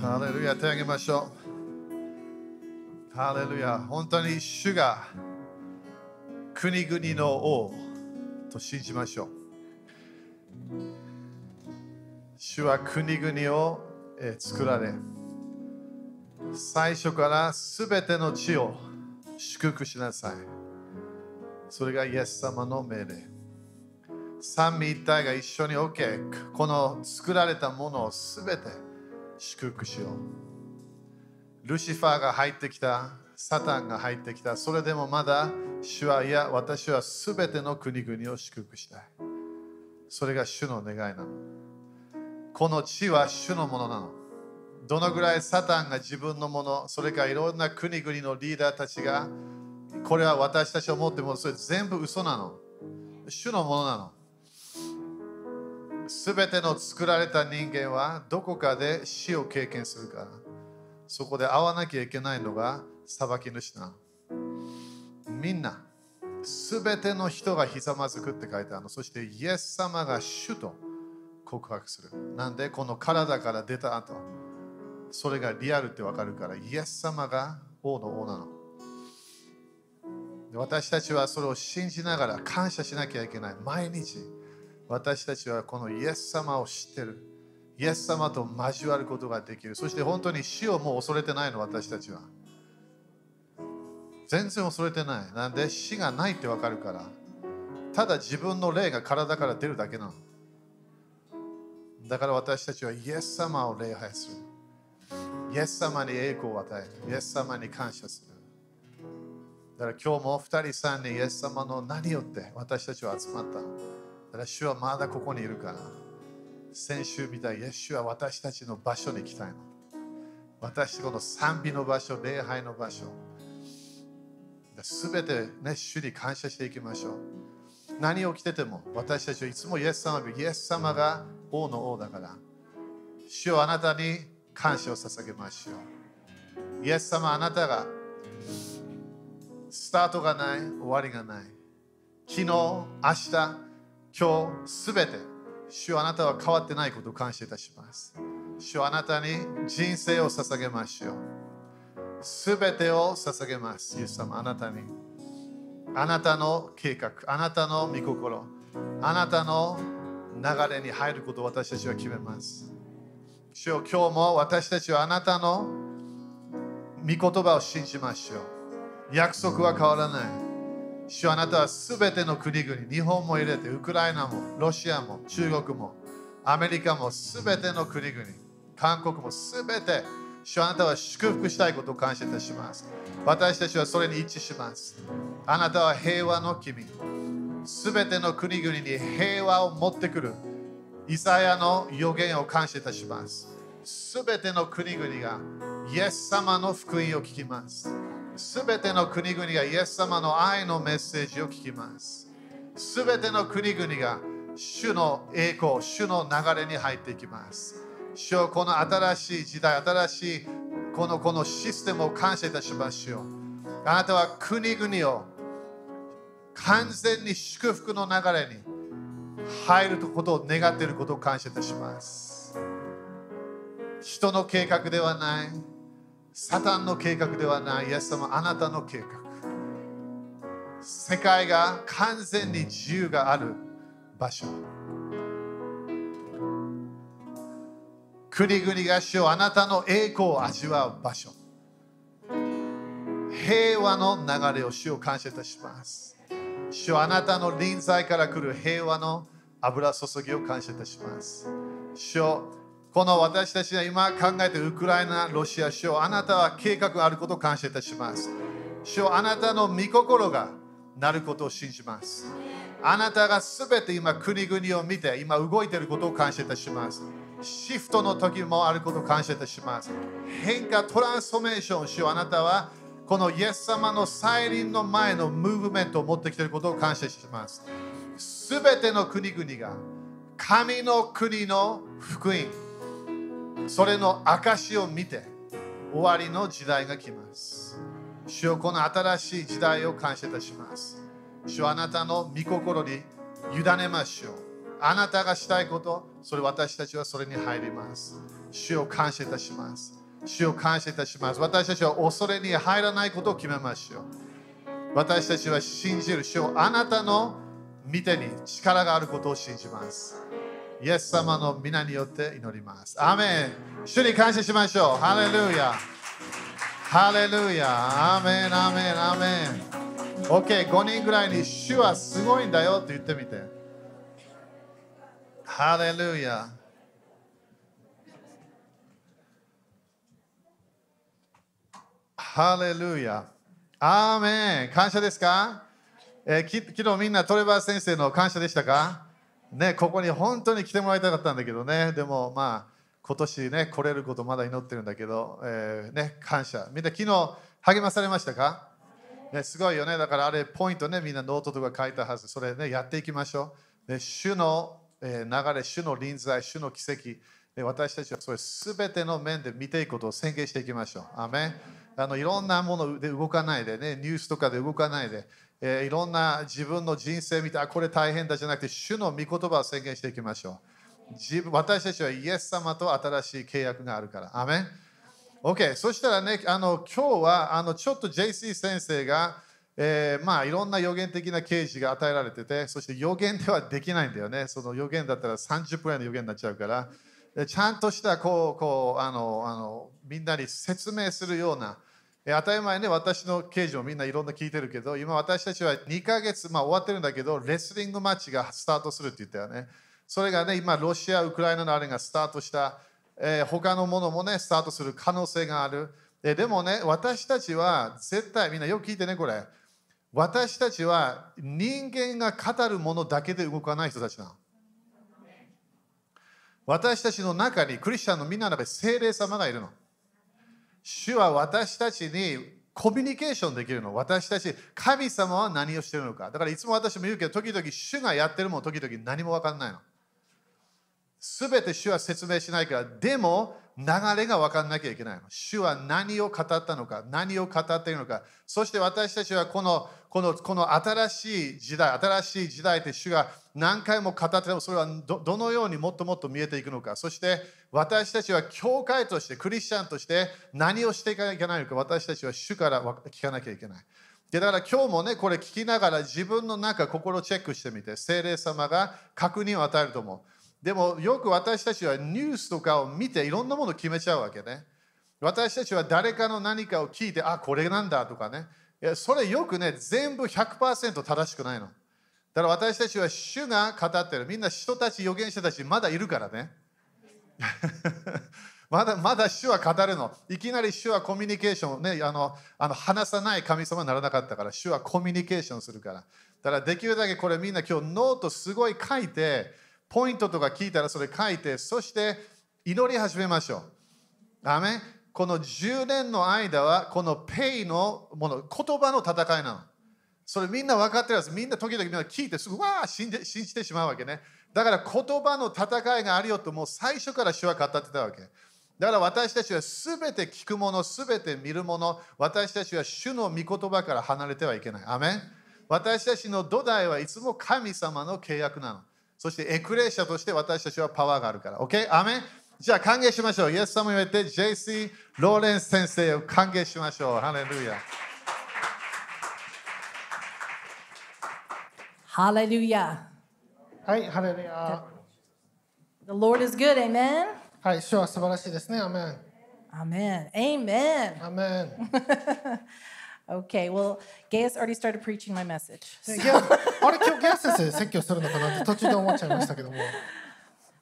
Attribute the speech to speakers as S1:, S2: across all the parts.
S1: ハレルヤ、手を挙げましょう。ハレルヤ、本当に主が国々の王と信じましょう。主は国々をえー作られ、最初からすべての地を祝福しなさい。それがイエス様の命令。三位一体が一緒に OK。この作られたものをすべて祝福しよう。ルシファーが入ってきた、サタンが入ってきた、それでもまだ主はいや私はすべての国々を祝福したい。それが主の願いなの。この地は主のものなの。どのぐらいサタンが自分のもの、それからいろんな国々のリーダーたちが、これは私たちを持ってもそれ全部嘘なの。主のものなの。すべての作られた人間はどこかで死を経験するからそこで会わなきゃいけないのが裁き主なのみんなすべての人がひざまずくって書いてあるのそしてイエス様が主と告白するなんでこの体から出た後それがリアルってわかるからイエス様が王の王なので私たちはそれを信じながら感謝しなきゃいけない毎日私たちはこのイエス様を知ってるイエス様と交わることができるそして本当に死をもう恐れてないの私たちは全然恐れてないなんで死がないってわかるからただ自分の霊が体から出るだけなのだから私たちはイエス様を礼拝するイエス様に栄光を与えるイエス様に感謝するだから今日も2人3人イエス様の何よって私たちは集まったのだから主はまだここにいるから先週みたいにイエス主は私たちの場所に来たいの私この賛美の場所礼拝の場所すべてね主に感謝していきましょう何起きてても私たちはいつもイエス様よりイエス様が王の王だから主をあなたに感謝を捧げましょうイエス様あなたがスタートがない終わりがない昨日、明日、今日、すべて、主よあなたは変わってないことを感謝いたします。主よあなたに人生を捧げましょう。すべてを捧げます。イエス様、あなたに。あなたの計画、あなたの御心、あなたの流れに入ることを私たちは決めます。主よ今日も私たちはあなたの御言葉を信じましょう。約束は変わらない。主あなたはすべての国々、日本も入れて、ウクライナも、ロシアも、中国も、アメリカもすべての国々、韓国もすべて、主あなたは祝福したいことを感謝いたします。私たちはそれに一致します。あなたは平和の君、すべての国々に平和を持ってくる、イザヤの予言を感謝いたします。すべての国々がイエス様の福音を聞きます。すべての国々がイエス様の愛のメッセージを聞きます。すべての国々が主の栄光、主の流れに入っていきます。主よこの新しい時代、新しいこのこのシステムを感謝いたしましょう。あなたは国々を完全に祝福の流れに入ることを願っていることを感謝いたします。人の計画ではない、サタンの計画ではない、イエス様、あなたの計画。世界が完全に自由がある場所。国々が主よあなたの栄光を味わう場所。平和の流れを主を感謝いたします。主よあなたの臨在から来る平和の油注ぎを感謝いたします。主よこの私たちが今考えているウクライナ、ロシア、主よあなたは計画があることを感謝いたします。主よあなたの御心がなることを信じます。あなたがすべて今国々を見て今動いていることを感謝いたします。シフトの時もあることを感謝いたします。変化、トランスフォーメーションをしようあなたはこのイエス様の再臨の前のムーブメントを持ってきていることを感謝します。すべての国々が神の国の福音、それの証を見て終わりの時代が来ます。主よこの新しい時代を感謝いたします。主よあなたの御心に委ねましょう。あなたがしたいこと、それ私たちはそれに入ります主を感謝いたします主を感謝いたします私たちは恐れに入らないことを決めましょう私たちは信じる主をあなたの御手に力があることを信じますイエス様の皆によって祈りますアーメン主に感謝しましょうハレルヤハレルヤアーメンアーメンアーメン OK5 人ぐらいに主はすごいんだよって言ってみてハレルヤハレルヤアーメン感謝ですか、えーき昨日みんなトレバー先生の感謝でしたかね、ここに本当に来てもらいたかったんだけどね、でもまあ、今年ね、来れることまだ祈ってるんだけど、えーね、感謝。みんな昨日励まされましたか、ね、すごいよね、だからあれ、ポイントね、みんなノートとか書いたはず、それね、やっていきましょう。で主の、えー流れ、主の臨在、主の奇跡、で私たちはそれ全ての面で見ていくことを宣言していきましょう。アーメンあのいろんなもので動かないでね、ニュースとかで動かないで、えーいろんな自分の人生見て、あ、これ大変だじゃなくて、主の御言葉を宣言していきましょう。自分私たちはイエス様と新しい契約があるから。アーメン OK、そしたらね、あの今日はあのちょっと JC 先生が、えーまあ、いろんな予言的な啓示が与えられてて、そして予言ではできないんだよね。その予言だったら30分ぐらいの予言になっちゃうから、でちゃんとしたこうこうあのあのみんなに説明するような、えー当たり前ね、私の啓示もみんないろんな聞いてるけど、今私たちは2ヶ月、まあ、終わってるんだけど、レスリングマッチがスタートするって言ったよね。それがね、今、ロシア、ウクライナのあれがスタートした、えー他のものもね、スタートする可能性がある。えーでもね、私たちは絶対、みんなよく聞いてね、これ。私たちは人間が語るものだけで動かない人たちなの。私たちの中に、クリスチャンのみんなの中に精霊様がいるの。主は私たちにコミュニケーションできるの。私たち、神様は何をしてるのか。だからいつも私も言うけど、時々主がやってるもん、時々何も分かんないの。すべて主は説明しないから、でも流れが分かんなきゃいけないの。主は何を語ったのか、何を語っているのか、そして私たちはこのこのこの新しい時代、新しい時代で主が何回も語っても、それはどどのようにもっともっと見えていくのか、そして私たちは教会として、クリスチャンとして何をしていかなきゃいけないのか、私たちは主からわ聞かなきゃいけない。でだから今日もね、これ聞きながら自分の中、心をチェックしてみて、精霊様が確認を与えると思う。でもよく私たちはニュースとかを見ていろんなものを決めちゃうわけね。私たちは誰かの何かを聞いて、あ、これなんだとかね。いやそれよくね、全部100%正しくないの。だから私たちは主が語ってる。みんな人たち、預言者たち、まだいるからね。まだまだ主は語るの。いきなり主はコミュニケーションをね、あのあの話さない神様にならなかったから、主はコミュニケーションするから。だからできるだけこれみんな今日ノートすごい書いて、ポイントとか聞いたらそれ書いて、そして祈り始めましょう。アーメンこの10年の間は、このペイのもの、言葉の戦いなの。それみんな分かってるはず。みんな時々みんな聞いてすぐわあ信じ信じてしまうわけね。だから言葉の戦いがあるよともう最初から主は語ってたわけ。だから私たちは全て聞くもの、全て見るもの、私たちは主の御言葉から離れてはいけない。アーメン私たちの土台はいつも神様の契約なの。そしてエクレーシャとして私たちはパワーがあるから。OK? アーメンじゃあ歓迎しましょう。イエス様に言って JC ローレンス先生を歓迎しましょう。ハレルヤ。
S2: Hallelujah.
S3: はい、ハレルヤ。
S2: The Lord is good. Amen.
S3: はい、主は素晴らしいですね。アメン。
S2: Amen. Amen.
S3: アメン。
S2: Okay, well, Gaius already started preaching my message.
S3: でギアあれ、今日ギアス先生説教するのかなって途中で思っちゃいましたけども。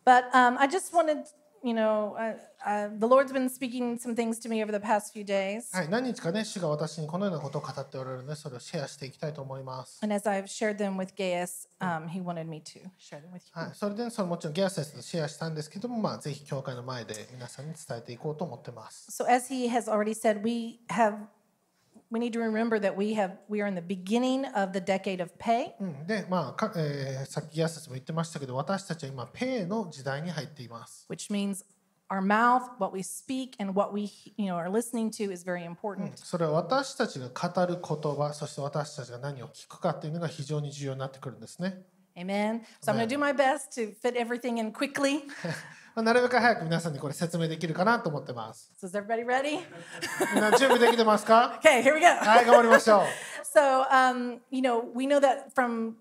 S2: But um, I just wanted, you know, uh, uh, the Lord's been speaking some things to me over the past few days.
S3: はい、何日かね、主が私にこのようなことを語っておられるので、それをシェアしていきたいと思います。
S2: And as I've shared them with Gaius, um, he wanted me to share them with you.
S3: はい、それで、それもちろんギアス先生とシェアしたんですけども、まあ、ぜひ教会の前で皆さんに伝えていこうと思ってます。
S2: So, as he has already said, we have. We need to remember that we have we are in the beginning of the decade of pay,
S3: うん、で、まあか、えーさっきギアス先生も言ってましたけど、私たちは今、ペイの時代に入っています。
S2: which means our mouth, what we speak, and what we you know are listening to is very important.
S3: それは私たちが語る言葉、そして私たちが何を聞くかというのが非常に重要になってくるんですね。
S2: Amen. So I'm going to do my best to fit everything in quickly.
S3: まあなるべく早く皆さんにこれ説明できるかなと思ってます。
S2: So is everybody ready?
S3: みんな準備できてますか
S2: Okay, here we go.
S3: はい、頑張りましょう。
S2: So, um, you know, we know that from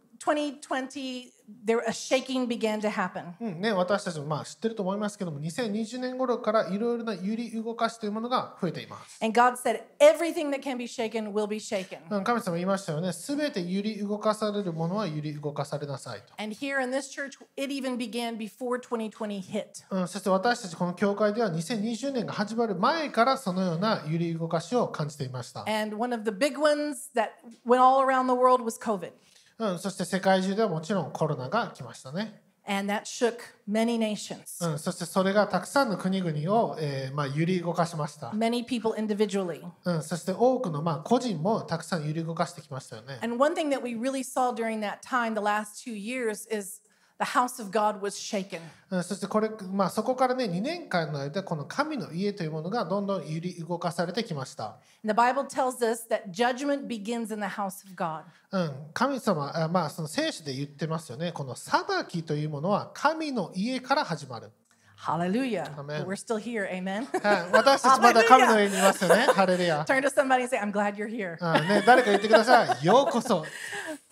S2: 2020, there a shaking began to happen.
S3: うんね、私たちもまあ知ってると思いますけども2020年頃からいろいろな揺り動かしというものが増えています、
S2: And God said, everything that can be shaken will be shaken.
S3: うん、神様言いましたよね全て揺り動かされるものは揺り動かされなさい
S2: And here in this church, it even began before 2020 hit.
S3: と、うん、そして私たちこの教会では2020年が始まる前からそのような揺り動かしを感じていました、
S2: And one of the big ones that went all around the world was COVID.
S3: うん、そして世界中ではもちろんコロナが来ましたね、
S2: And that shook many nations,
S3: うん、そしてそれがたくさんの国々を、えーまあ、揺り動かしました、
S2: many people individually.
S3: うん、そして多くのまあ個人もたくさん揺り動かしてきましたよね
S2: And one thing that we really saw during that time, the last two years, is the house of God was shaken.
S3: うんそしてこれ、まあ、そこからね2年間の間この神の家というものがどんどん揺り動かされてきました、
S2: And the Bible tells us that judgment begins in the house of God.
S3: うん、神様あまあその聖書で言ってますよねこの裁きというものは神の家から始まる、
S2: Hallelujah.
S3: Amen.
S2: But we're still here. Amen.
S3: はい、私たちまだ神の家にいますよねハレルヤ、
S2: Turn to somebody and say, I'm glad you're here.
S3: うんね、誰か言ってくださいようこそ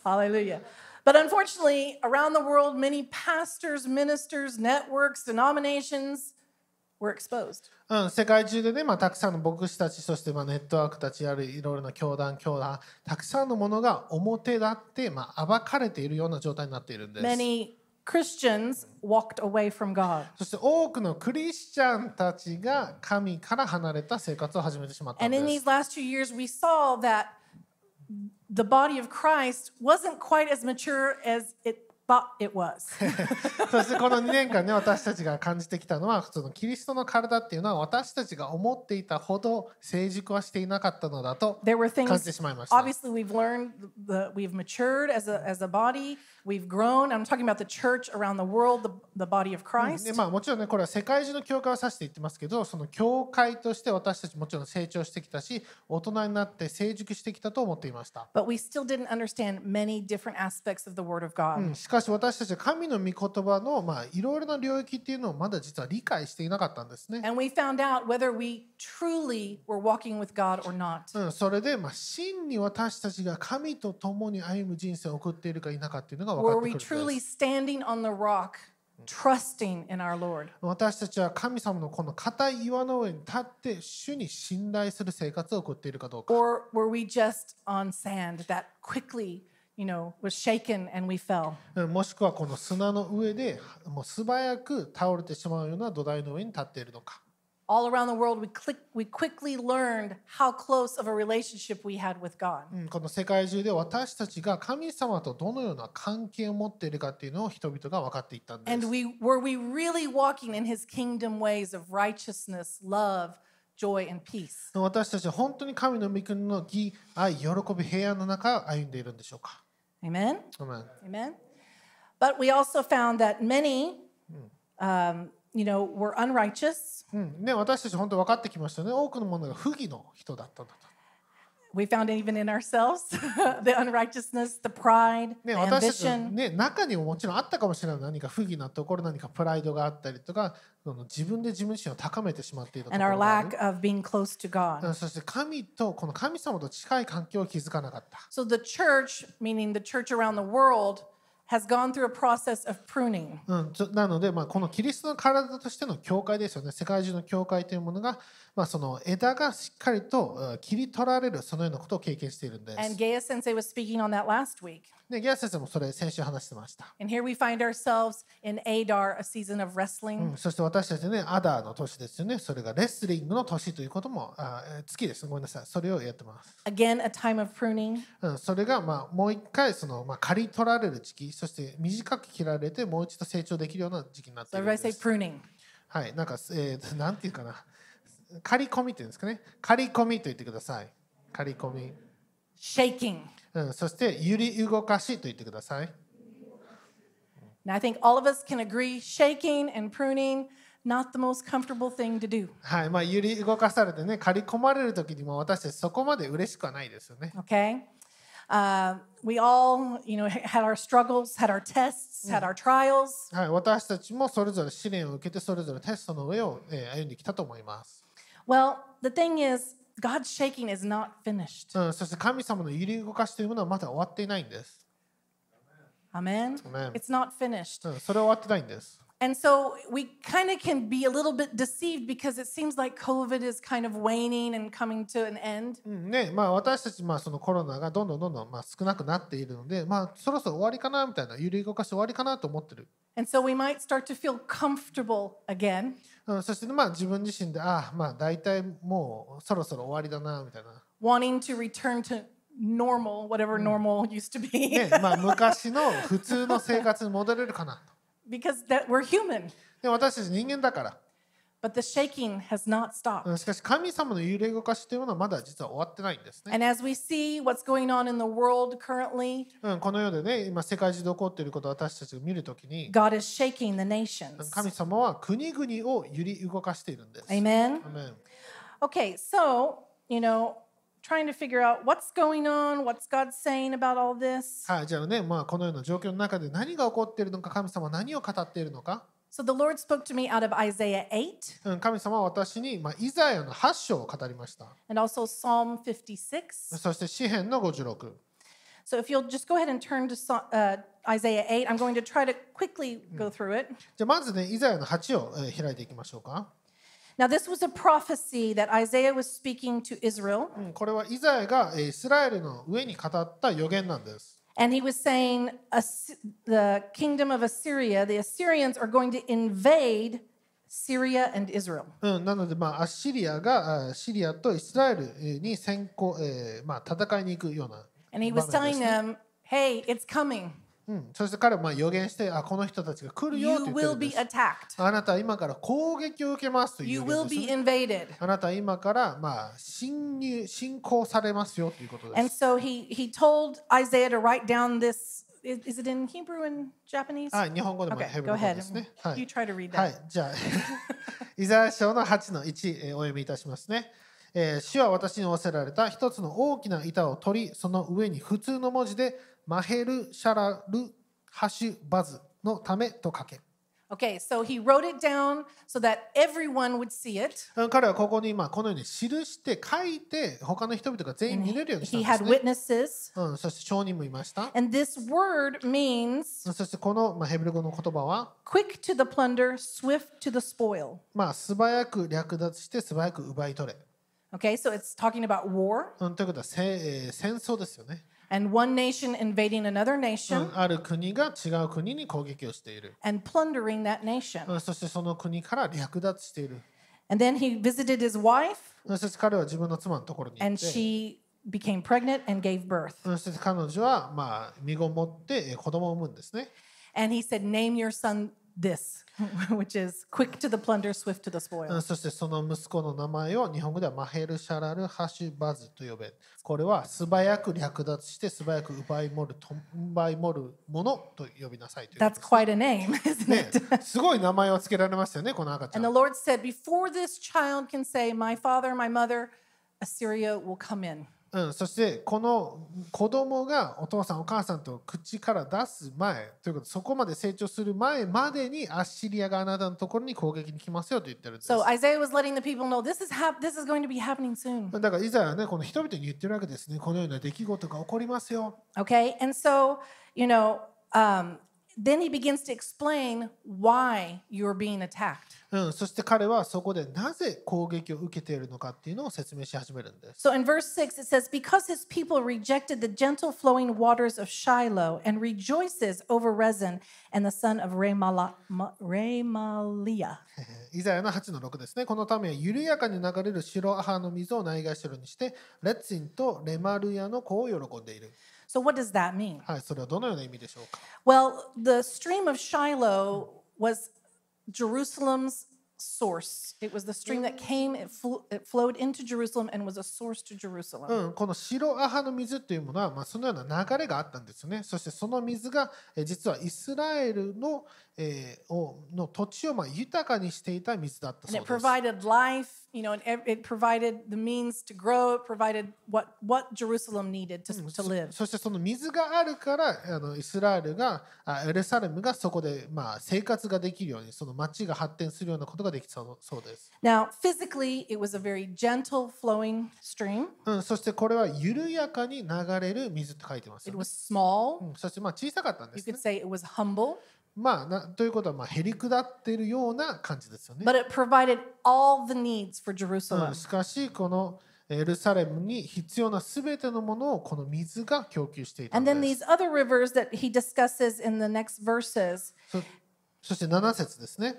S2: Hallelujah. But unfortunately, around the world, many pastors, ministers, networks, denominations were exposed.
S3: うん、世界中でね、まあ、たくさんの牧師たちそしてまあネットワークたちあるいろいろな教団教団たくさんのものが表立って、まあ、暴かれているような状態になっているんです。
S2: Many Christians walked away from God.
S3: そして多くのクリスチャンたちが神から離れた生活を始めてしまったん
S2: And
S3: で
S2: in
S3: す
S2: these。last two years, we saw that the body of Christ wasn't quite as mature as it thought it was.
S3: そしてこの2年間ね私たちが感じてきたのはそのキリストの体っていうのは私たちが思っていたほど成熟はしていなかったのだと
S2: There were
S3: 感じて
S2: things,
S3: しまいました。
S2: obviously, we've learned, the, we've matured as a, as a body, we've grown. I'm talking about the church around the world, the, the body of Christ.
S3: でまあ、もちろんねこれは世界中の教会を指して言ってますけどその教会として私たちもちろん成長してきたし大人になって成熟してきたと思っていました。
S2: But we still didn't understand many different aspects of the Word of God.
S3: うんしかし私たちは神の御言葉のまあいろいろな領域っていうのをまだ実は理解していなかったんですね。
S2: And we found out whether we truly were walking with God or not.
S3: うん、それで、まあ、真に私たちが神と共に歩む人生を送っているか否かっていうのが分か
S2: Were
S3: って
S2: we
S3: くるんで
S2: truly
S3: す。
S2: standing on the rock, trusting in our Lord?
S3: 私たちは神様のこの硬い岩の上に立って主に信頼する生活を送っているかどうか。
S2: Or were we just on sand that quickly, you know, was shaken and we fell?
S3: うんもしくはこの砂の上でもう素早く倒れてしまうような土台の上に立っているのか。
S2: All around the world, we, click, we quickly learned how close of a relationship we had with God.
S3: うんこの世界中で私たちが神様とどのような関係を持っているかっていうのを人々が分かっていったんです
S2: And。we were we really walking in his kingdom ways of righteousness, love, joy, and peace?
S3: 私たちは本当に神の御国の義、愛、喜び、平安の中を歩んでいるんでしょうか。
S2: Amen.
S3: アーメン
S2: Amen. But we also found that many, um, you know, were unrighteous.
S3: うんね、私たち本当分かってきましたね多くのものが不義の人だったんだと。
S2: We found it even in ourselves the unrighteousness, the pride, the
S3: ね、私たちの、
S2: ambition.
S3: ね、中にももちろんあったかもしれない何か不義なところ何かプライドがあったりとかその自分で自分自身を高めてしまっていたとこ
S2: And our
S3: ろがある
S2: lack of being close to
S3: う
S2: God.
S3: んそして神とこの神様と近い関係を築かなかった。
S2: So the church, meaning the church around the world, has gone through a process of pruning.
S3: うん、ちょなので、まあ、このキリストの体としての教会ですよね世界中の教会というものが、まあ、その枝がしっかりとうん切り取られるそのようなことを経験しているんです。
S2: And Gaia Sensei was speaking on that last week.
S3: ね、ギア先生もそれ先週話してました。
S2: And here we find ourselves in Adar, a season of
S3: う
S2: wrestling.
S3: んそして私たちね、アダーの年ですよね。それがレスリングの年ということも、あえー月です。ごめんなさい。それをやってます。
S2: Again, a time of pruning.
S3: うん、それが、まあ、もう一回、その、まあ、刈り取られる時期、そして短く切られて、もう一度成長できるような時期になって
S2: So
S3: いるん
S2: everybody
S3: で
S2: say
S3: す。
S2: pruning.
S3: はい、なんか、えー、なんていうかな。刈り込みっていうんですかね。刈り込みと言ってください。刈り込み。
S2: Shaking.
S3: うん、そして、揺り動かしと言ってください。
S2: And I think all of us can agree shaking and pruning, not the most comfortable thing to do.
S3: はい、まあ、揺り動かされてね、刈り込まれる時にも、私たちそこまで嬉しくはないですよね。
S2: Okay? Uh, we all, you know, had our struggles, had our tests, had our trials.
S3: はい、私たちもそれぞれ試練を受けてそれぞれテストの上を、えー歩んできたと思います、
S2: Well, the thing is, God's shaking is not finished.
S3: うん、そして神様の揺り動かしというものはまだ終わっていないんです、
S2: Amen?
S3: Amen.
S2: It's not finished.
S3: うん、それは終わってないんです
S2: And so we kind of can be a little bit deceived because it seems like COVID is kind of waning and coming to an end.
S3: うんねまあ、私たち、まあ、そのコロナがどんどんどんどん、まあ、少なくなっているので、まあ、そろそろ終わりかなみたいな揺り動かして終わりかなと思ってる、
S2: And so we might startと feel comfortable again,
S3: うん、そして、まあ、自分自身でああまあ大体もうそろそろ終わりだなみたいな、
S2: wanting to return to normal, whatever normal used to be,
S3: ねまあ、昔の普通の生活に戻れるかなと
S2: because that we're human.
S3: で私たち人間だから、
S2: But the shaking has not
S3: うん、
S2: stopped.
S3: しかし神様の揺れ動かしというものはまだ実は終わってないんですね、
S2: And as we see what's going on in the world currently,
S3: うん、この世でね今世界中で起こっていることを私たちが見るときに
S2: God is shaking the nations.
S3: 神様は国々を揺り動かしているんです、
S2: Amen.
S3: アーメン
S2: Okay, so, you know, trying to figure out what's going on, what's God saying about all this.
S3: はい、じゃあね、まあ、このような状況の中で何が起こっているのか、神様は何を語っているのか、
S2: So the Lord spoke to me out of Isaiah 8
S3: うん、神様は私に、まあ、イザヤの8章を語りました。
S2: and also Psalm 56.
S3: そして、詩篇の56。
S2: So if you'll just go ahead and turn to Psa- uh, Isaiah 8, I'm going to try to quickly go through it.
S3: じゃあ、まずね、イザヤの8を、えー開いていきましょうか。
S2: Now, this was a prophecy that Isaiah was speaking to Israel,
S3: うん、これはイザヤが、えーイスラエルの上に語った予言なんです。
S2: and he was saying "Ass- the kingdom of Assyria, the Assyrians are going to invade Syria and Israel.
S3: うん、なので、まあ、アッシリアがあーシリアとイスラエルえーに先行、えーまあ、戦いに行くような
S2: And he was
S3: 場
S2: telling
S3: 面です
S2: them,
S3: ね
S2: hey, it's coming.
S3: うん、そして彼はまあ予言してあこの人たちが来るよと
S2: You
S3: 言ってる
S2: will
S3: んで
S2: be
S3: す
S2: attacked.
S3: あなたは今から攻撃を受けますという
S2: You
S3: 予言
S2: will
S3: ですね
S2: be invaded.
S3: あなたは今から、まあ、侵入、侵攻されますよということで
S2: And
S3: す。
S2: so he, he told Isaiah to write down this. Is, is it in Hebrew and Japanese?
S3: はい、日本語でも
S2: Okay,
S3: ヘブ
S2: go
S3: ル語
S2: ahead.
S3: ですね。は
S2: You
S3: い、
S2: try to read
S3: はい
S2: that.、
S3: じゃあ、イザヤ書の8の1、えーお読みいたしますね。えー主は私に仰せられた一つの大きな板を取り、その上に普通の文字で、マヘル・シャラル・ハシュ・バズのためと書け。
S2: Okay, so he wrote it down so that everyone would see it.
S3: うん彼はここに、まあ、このように記して書いて、他の人々が全員見れるようにした
S2: He
S3: ん
S2: had
S3: です、ね。
S2: witnesses.
S3: うん、そして証人もいました。
S2: And this word means
S3: そしてこの、まあ、ヘブル語の言葉は、
S2: quick to the plunder, swift to the spoil.
S3: まあ、素早く略奪して素早く奪い取れ。
S2: Okay, so it's talking about war
S3: うん、ということはせ、えー戦争ですよね、
S2: and one nation invading another
S3: う
S2: nation
S3: ん。ある国が違う国に攻撃をしている、
S2: and plundering that
S3: う
S2: nation.
S3: ん。そしてその国から略奪している。
S2: And then he visited his wife
S3: うんそして彼は自分の妻のところに行
S2: and
S3: って、
S2: she became pregnant and gave birth.
S3: うんそして彼女は、まあ、身ごもってえー子供を産むんですね。
S2: And he said, Name your son this, which is quick to the plunder, swift to the
S3: う
S2: spoil.
S3: んそしてその息子の名前を日本語ではマヘル・シャラル・ハシュ・バズと呼べ。これは素早く略奪して素早く奪い盛ると奪い盛るものと呼びなさいということ
S2: That's
S3: です
S2: quite a name, isn't
S3: ね
S2: it?、
S3: すごい名前を付けられましたよね、この赤ちゃ
S2: And
S3: ん
S2: the。Lord said, Before this child can say, My father, my mother, Assyria will come in.
S3: うん、そしてこの子供がお父さんお母さんと口から出す前ということそこまで成長する前までにアッシリアがあなたのところに攻撃に来ますよと言ってるんです。
S2: So Isaiah was letting the people know this is hap- this is going to be happening soon.
S3: だからいざねこの人々に言ってるわけですねこのような出来事が起こりますよ。
S2: Okay? And so, you know, um, then he begins to explain why you're being attacked.
S3: うん、そして彼はそこでなぜ攻撃を受けているのかっていうのを説明し始めるんです。
S2: So in verse 6, it says, Because his people rejected the gentle flowing waters of Shiloh and rejoices over Rezin and the son of Remala- Ma- Remaliah.
S3: イザヤの8の6ですね。このため緩やかに流れる白アハの水をないがしろにしてレッツインとレマルヤの子を喜んでいる。
S2: So what does that mean?
S3: はい、それはどのような意味でしょうか
S2: Well, the stream of Shiloh was Jerusalem's source. It was the stream that came, it, flo- it flowed into Jerusalem and was a source to
S3: う
S2: Jerusalem.
S3: ん、この白アハの水というものは、まあ、そのような流れがあったんですね。そしてその水がえー実はイスラエルの,、えーをの土地をまあ豊かにしていた水だった
S2: And
S3: そう
S2: it
S3: です。
S2: provided life, you know, and ev- it provided the means to grow, it provided what, what Jerusalem needed to, to
S3: そ
S2: live.
S3: そしてその水があるからあのイスラエルがあエルサレムがそこでまあ生活ができるようにその町が発展するようなことができそうそうです、
S2: Now, physically, it was a very gentle flowing stream.
S3: うん、そしてこれは緩やかに流れる水って書いてますよ
S2: It
S3: ね、
S2: was small.
S3: うんそしてまあ小さかったんで
S2: You
S3: すね
S2: could say it was humble,
S3: まあなということはまあへりくだっているような感じですよね
S2: but it provided all the needs for
S3: う
S2: Jerusalem.
S3: んしかしこのエルサレムに必要なすべてのものをこの水が供給していた
S2: And
S3: の
S2: then
S3: です
S2: these other rivers that he discusses in the next verses,
S3: そそして7節ですね、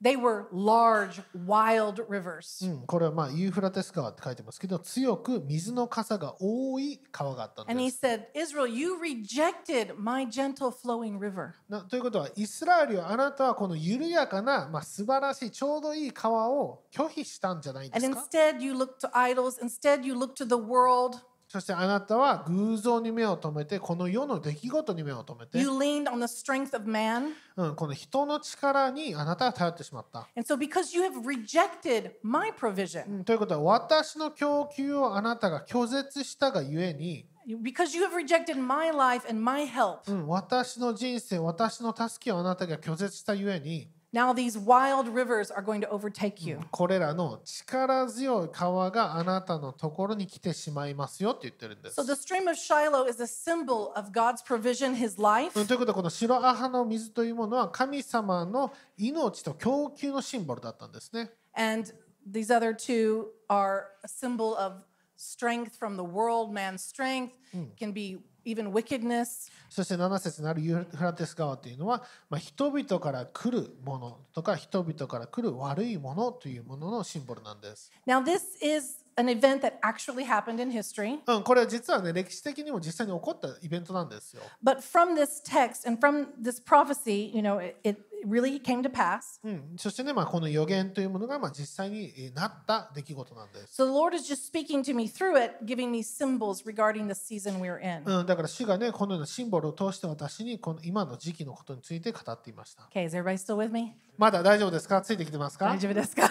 S2: they were large, wild rivers.
S3: うん、これはまあユーフラテス川って書いてますけど強く水の傘が多い川があったん
S2: And
S3: で
S2: he
S3: す
S2: said, Israel, you rejected my gentle flowing river.
S3: なということはイスラエルよあなたはこの緩やかな、まあ、素晴らしいちょうどいい川を拒否したんじゃないで
S2: And
S3: すか
S2: instead, you look to idols. Instead, you look to the world.
S3: そしてあなたは偶像に目を留めてこの世の出来事に目を留めて
S2: You、leaned on the strength of man.
S3: うん、この人の力にあなたは頼ってしまった。
S2: And so, because you have rejected my provision,
S3: ということは私の供給をあなたが拒絶したがゆえに、
S2: because you have rejected my life and my help,
S3: うん私の人生私の助けをあなたが拒絶したゆえに
S2: now these wild rivers are going to overtake you.
S3: これらの力強い川があなたのところに来てしまいますよって言ってるんです
S2: So,。the stream of Shiloh is a symbol of God's provision, his life.
S3: うんということはこの白アハの水というものは神様の命と供給のシンボルだったんですね。
S2: And these other two are a symbol of strength from the world, man's strength, can be even wickedness.
S3: そして7節にあるユーフラテス川というのは、まあ、人々から来るものとか人々から来る悪いものというもののシンボルなんです。
S2: Now, this is an event that actually happened in history.
S3: うん、これは実はね歴史的にも実際に起こったイベントなんですよ。
S2: But from this text and from this prophecy, you know, it, it really came to pass.
S3: うん、そしてね、まあ、この予言というものが、まあ、実際にえーなった出来事なんです。
S2: So the Lord is just speaking to me through it, giving me symbols regarding the season we're in.
S3: うん、だから主がねこのようなシンボルを通して私にこの今の時期のことについて語っていました。
S2: Okay, is everybody still with me?
S3: まだ大丈夫ですかついてきてますか、はい
S2: Daijoubu desu ka?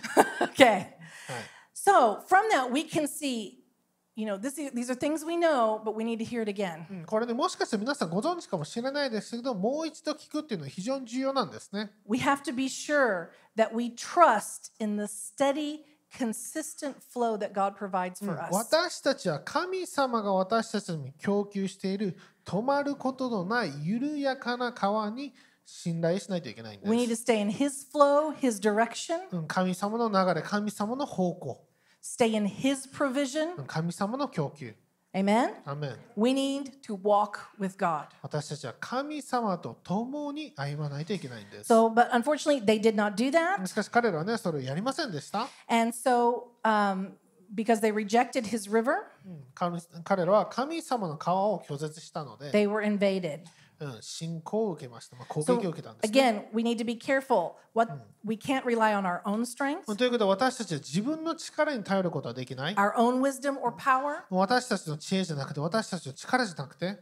S2: okay. So from that, we can see, you know, this, these are things we know, but we need to hear it again.
S3: うんこれねもしかして皆さんご存知かもしれないですけどもう一度聞くっていうのは非常に重要なんですね。
S2: We have to be sure that we trust in the steady, consistent flow that God provides for
S3: Hmm,
S2: us.
S3: 私たちは神様が私たちに供給している止まることのない緩やかな川に信頼しないといけないんで
S2: We need
S3: す
S2: to。stay in His flow, His direction,
S3: うん神様の流れ、神様の方向、
S2: stay in His provision.
S3: うん神様の供給。
S2: Amen.
S3: アーメン
S2: We need to walk with God.
S3: 私たちは神様と共に歩まないといけないんです。
S2: So, but unfortunately, they did not do that.
S3: しかし彼らはね、それをやりませんでした。
S2: And so, um, because they rejected His river,
S3: うん神彼らは神様の川を拒絶したので、
S2: they were invaded.
S3: うん、信仰を受けました。まあ、攻
S2: So
S3: 撃を受けたんですね、
S2: again, we need to be careful. What we can't rely on our own strength,
S3: うんということは私たちは自分の力に頼ることはできない。
S2: our own wisdom or power.
S3: 私たちの知恵じゃなくて私たちの力じゃなくて、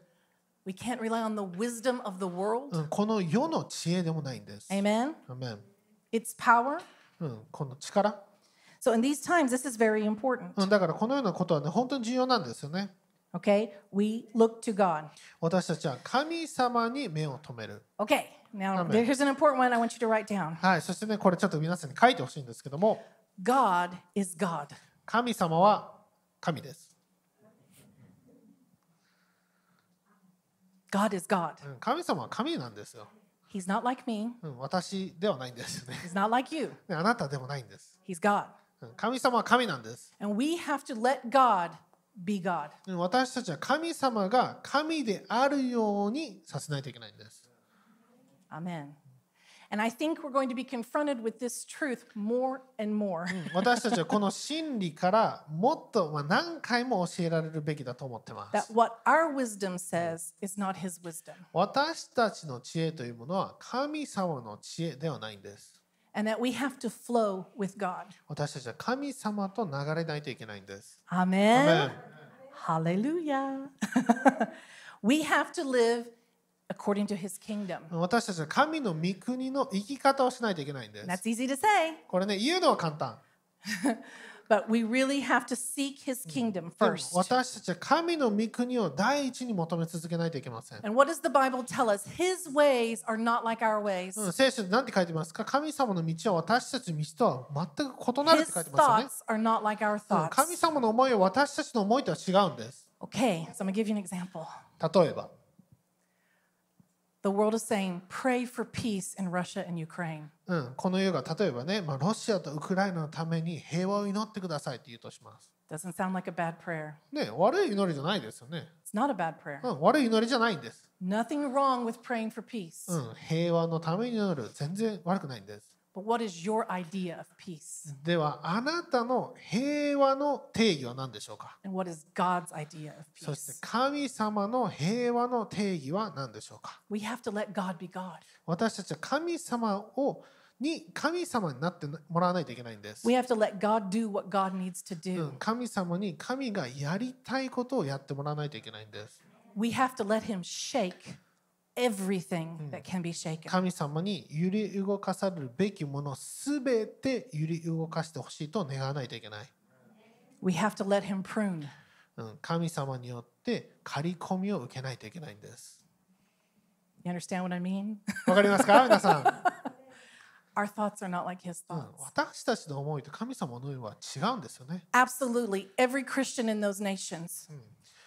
S2: We can't rely on the wisdom of the
S3: う
S2: world.
S3: んこの世の知恵でもないんです。
S2: Amen.
S3: アーメン
S2: It's power.
S3: うん、この力、
S2: So in these times, this is very important.
S3: うん。だからこのようなことはね、本当に重要なんですよね。
S2: Okay, we look to God.
S3: 私たちは神様に目を留める。
S2: Okay, now
S3: Amen.
S2: here's an important one I want you to write down.
S3: はい、そしてね、これちょっと皆さんに書いてほしいんですけども、
S2: God is God.
S3: 神様は神です。
S2: God is God.
S3: うん神様は神なんですよ。
S2: He's not like me.
S3: うん、私ではないんですよね
S2: He's not like you.
S3: ねあなたでもないんです。
S2: He's God.
S3: うん神様は神なんです。
S2: And we have to let God be God.
S3: うん私たちは神様が神であるようにさせないといけないんです。
S2: Amen. And I think we're going to be confronted with this truth more and more.
S3: うん私たちはこの真理からもっとまあ何回も教えられるべきだと思ってま
S2: That
S3: す。
S2: what our wisdom says is not his wisdom.
S3: 私たちの知恵というものは神様の知恵ではないんです。
S2: and that we have to flow with God.
S3: 私たちは神様と流れないといけないんです。
S2: Amen.
S3: アーメン
S2: Hallelujah. we have to live according to his kingdom.
S3: 私たちは神の御国の生き方をしないといけないんです
S2: That's。easy to say,
S3: これね、言うのは簡単。
S2: but we really have to seek his kingdom
S3: でも
S2: first.
S3: 私たちは神の御国を第一に求め続けないといけません。
S2: And what does the Bible tell us? His ways are not like our ways.
S3: うん、聖書で何て書いてますか神様の道は私たちの道とは全く異なるっ
S2: His
S3: て書いてますよ
S2: thoughts are
S3: ね
S2: not like our
S3: うん。神
S2: thoughts.
S3: 様の思いは私たちの思いとは違うんです。
S2: Okay, so I'm going to give you an example.
S3: 例えば、
S2: The world is saying, pray for peace in Russia and Ukraine.
S3: うん、この世が例えばね、まあ、ロシアとウクライナのために平和を祈ってくださいって言うとします。
S2: Doesn't sound like a bad prayer.
S3: ね、悪い祈りじゃないですよね。
S2: It's not a bad prayer.
S3: うん、悪い祈りじゃないんです。
S2: Nothing wrong with praying for peace.
S3: うん、平和のために祈る全然悪くないんです。
S2: But what is your idea of peace?
S3: ではあなたの平和の定義は何でしょうか
S2: And what is God's idea of
S3: そして
S2: peace?
S3: 神様の平和の定義は何でしょうか
S2: We have to let God be God.
S3: 私たちは神様をに神様になってもらわないといけないんです
S2: We。have to let God do what God needs to
S3: う
S2: do.
S3: ん神様に神がやりたいことをやってもらわないといけないんです。
S2: We have to let Him shake everything that can be shaken.
S3: 神様に揺り動かされるべきものすべて揺り動かしてほしいと願わないといけない。
S2: We have to let Him prune.
S3: うん神様によって刈り込みを受けないといけないんです。
S2: You understand what I mean?
S3: わかりますか皆さん。
S2: Our thoughts are not like His
S3: うん
S2: thoughts.
S3: 私たちの思いと神様の思いは違うんですよね。
S2: Absolutely. Every Christian in those nations,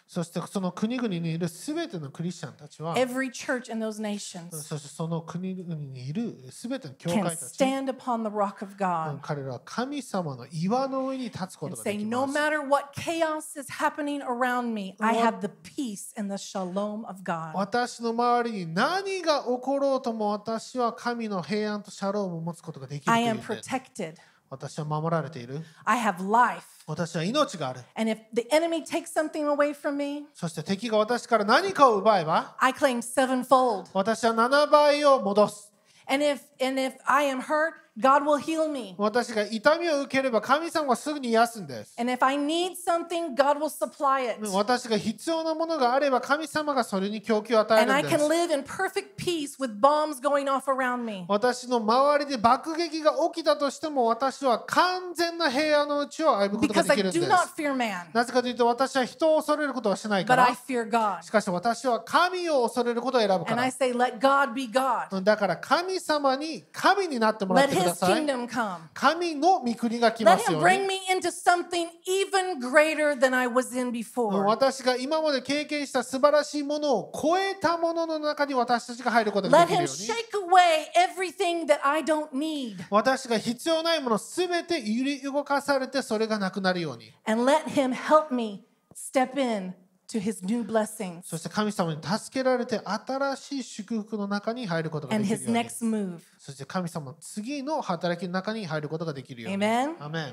S3: そしてその国々にいるすべてのクリスチャンたちは、
S2: every church in those nations
S3: そしてその国々にいるすべての教会
S2: can
S3: たち、う
S2: stand
S3: ん
S2: upon the rock of God
S3: 彼らは神様の岩の上に立つこ
S2: and
S3: とがで
S2: say,
S3: き
S2: No
S3: ます。
S2: matter what chaos is happening around me, I
S3: What-
S2: have the peace and the shalom of God.
S3: 私の周りに何が起ころうとも私は神の平安とシャロームを持つことができると
S2: I
S3: いう
S2: am
S3: 点
S2: protected.
S3: 私は守られている。
S2: I have life.
S3: 私は命がある。
S2: And if the enemy takes something away from me,
S3: そして敵が私から何かを奪えば
S2: I claim sevenfold.
S3: 私は7倍を戻す。
S2: And if and if I am hurt, God will heal me.
S3: 私が痛みを受ければ神様がすぐに癒すんです。
S2: And if I need something, God will supply it.
S3: 私が必要なものがあれば神様がそれに供給を与え
S2: And
S3: る
S2: I
S3: んで
S2: can
S3: す。
S2: live in perfect peace with bombs going off around me.
S3: 私の周りで爆撃が起きたとしても私は完全な平和のうちを歩むことが
S2: Because
S3: で
S2: I
S3: きるんで
S2: do
S3: す。
S2: not fear man,
S3: なぜかというと私は人を恐れることはしないか
S2: but I
S3: ら。
S2: fear God.
S3: しかし私は神を恐れることを選ぶか
S2: And I
S3: ら。
S2: say, let God be God.
S3: だから神様に神になってもらっ
S2: Let
S3: てくだ
S2: his
S3: さい。
S2: kingdom come.
S3: 神の御国が来ま
S2: Let
S3: す
S2: him
S3: よ、
S2: bring
S3: ね。
S2: me into something even greater than I was in
S3: うん
S2: before.
S3: 私が今まで経験した素晴らしいものを超えたものの中に私たちが入ることが
S2: Let
S3: できる
S2: him
S3: よ
S2: shake
S3: うに。
S2: away everything that I don't need.
S3: 私が必要ないものすべて揺り動かされてそれがなくなるように
S2: And let him help me step in to his new blessings
S3: そして神様に助けられて新しい祝福の中に入ることが
S2: and
S3: できる
S2: his
S3: ように
S2: next move.
S3: そして神様の次の働きの中に入ることができるように
S2: Amen?
S3: アメン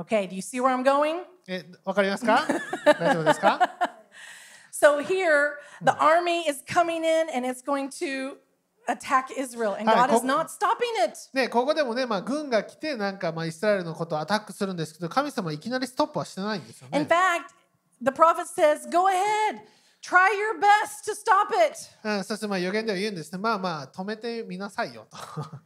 S2: Okay, do you see where I'm going?
S3: えわかりま すか大丈夫ですか
S2: So here, the army is coming in and it's going to attack Israel, and
S3: Hi,
S2: God is
S3: Col-
S2: not stopping it.
S3: ねここでもね、まあ、軍が来てなんかまあイスラエルのことをアタックするんですけど神様はいきなりストップはしてないんですよ
S2: In
S3: ね、
S2: fact, the prophet says, Go ahead, try your best to stop it.
S3: うん、そしてまあ予言では言うんですねまあまあ止めてみなさいよと、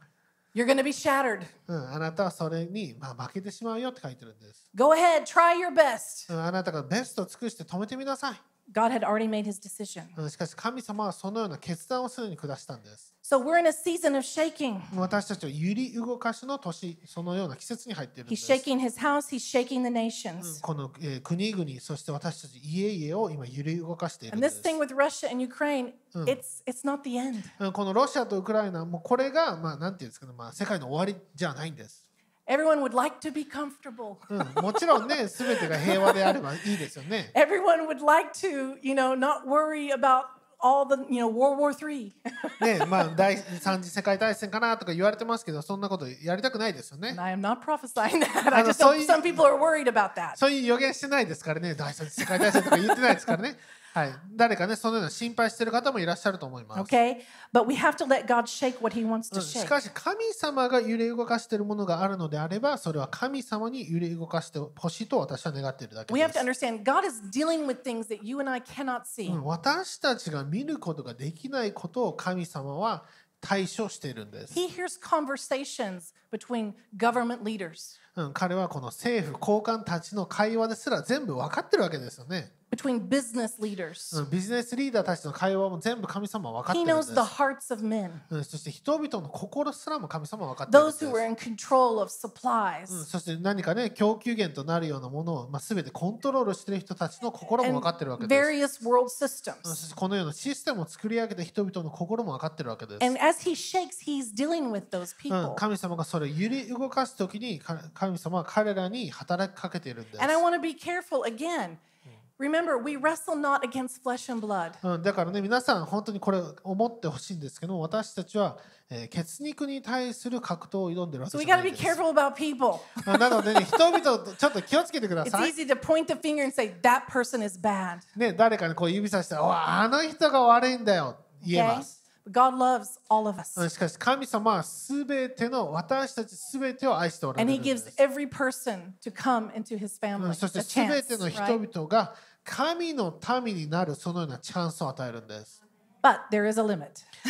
S2: You're going to be shattered.
S3: うん、あなたはそれにまあ負けてしまうよって書いてるんです
S2: Go ahead, try your best.
S3: うんあなたがベストを尽くして止めてみなさい。
S2: God had already made his decision.
S3: うんしかし神様はそのような決断をするに下したんです。
S2: So we're in a season of shaking.
S3: 私たちは揺り動かしの年、そのような季節に入っているんで
S2: He's
S3: す。
S2: shaking his house, he's shaking the nations.
S3: この、えー国々、そして私たち家々を今揺り動かしているん
S2: And
S3: で
S2: this
S3: す。
S2: thing with Russia and Ukraine,
S3: Mm.
S2: it's it's not the end.
S3: うんこのロシアとウクライナ、もうこれが、まあ、なんていうんですかね、まあ、世界の終わりじゃないんです。
S2: Everyone would like to be comfortable.
S3: うんもちろんね、 すべてが平和であればいいですよね。
S2: Everyone would like to, you know, not worry about all the, you know, World War Three.
S3: ね、まあ、第三次世界大戦かなとか言われてますけど、そんなことやりたくないですよね
S2: And。I am not prophesying that. I
S3: no,
S2: just
S3: so
S2: hope
S3: you-
S2: some people are worried about that.
S3: そういう予言してないですからね、第三次世界大戦とか言ってないですからね。はい、誰かね、そのような心配している方もいらっしゃると思います。
S2: Okay? But we have to let God shake what He wants to
S3: うんし
S2: shake.
S3: かし、神様が揺れ動かしているものがあるのであれば、それは神様に揺れ動かしてほしいと私は願っているだけ
S2: We
S3: で
S2: have to
S3: す。
S2: understand God is dealing with things that you and I cannot
S3: う
S2: see.
S3: ん私たちが見ることができないことを神様は対処しているんです。
S2: He hears conversations between government leaders,
S3: うん、彼はこの政府高官たちの会話ですら全部分かってるわけですよね。
S2: between business leaders.
S3: うんビジネスリーダーたちの会話も全部神様は分かって
S2: He
S3: るんで
S2: knows
S3: す
S2: the。hearts of men,
S3: うん、そして人々の心すらも神様は分かってるんで
S2: those
S3: す
S2: who are。in control of
S3: うん
S2: supplies.
S3: そして何かね供給源となるようなものを、まあ、全てコントロールしている人たちの心も分
S2: And
S3: かってるわけです。
S2: various world
S3: うん
S2: systems.
S3: そしてこのようなシステムを作り上げた人々の心も分かってるわけです。
S2: And as he shakes, he's dealing with those
S3: うん
S2: people.
S3: 神様がそれを揺り動かす時にか神様は彼らに働きかけているんです
S2: And I want to Hmm. be careful again. Remember, we wrestle not against flesh and blood.
S3: うん、だからね皆さん本当にこれ思ってほしいんですけど私たちは、えー血肉に対する格闘を挑んでるわ
S2: So
S3: け
S2: we
S3: じ
S2: got
S3: ゃな
S2: to
S3: い
S2: be
S3: んです
S2: careful about people.
S3: うんなの で、ね、人々とちょっと気をつけてくだ
S2: It's
S3: さい、
S2: easy to point the finger and say, that person is bad.
S3: ね、誰かにこう指さして「おいあの人が悪いんだよ」言え
S2: Okay?
S3: ます、
S2: But God loves all of
S3: うん
S2: us.
S3: しかし神様は全ての私たち全てを愛しておられ
S2: And
S3: る
S2: He
S3: んです
S2: gives every person to come into His
S3: う
S2: family
S3: んそして
S2: a
S3: 全
S2: chance.
S3: ての人
S2: right?
S3: 々が神の民になるそのようなチャンスを与えるんです
S2: But there is a limit.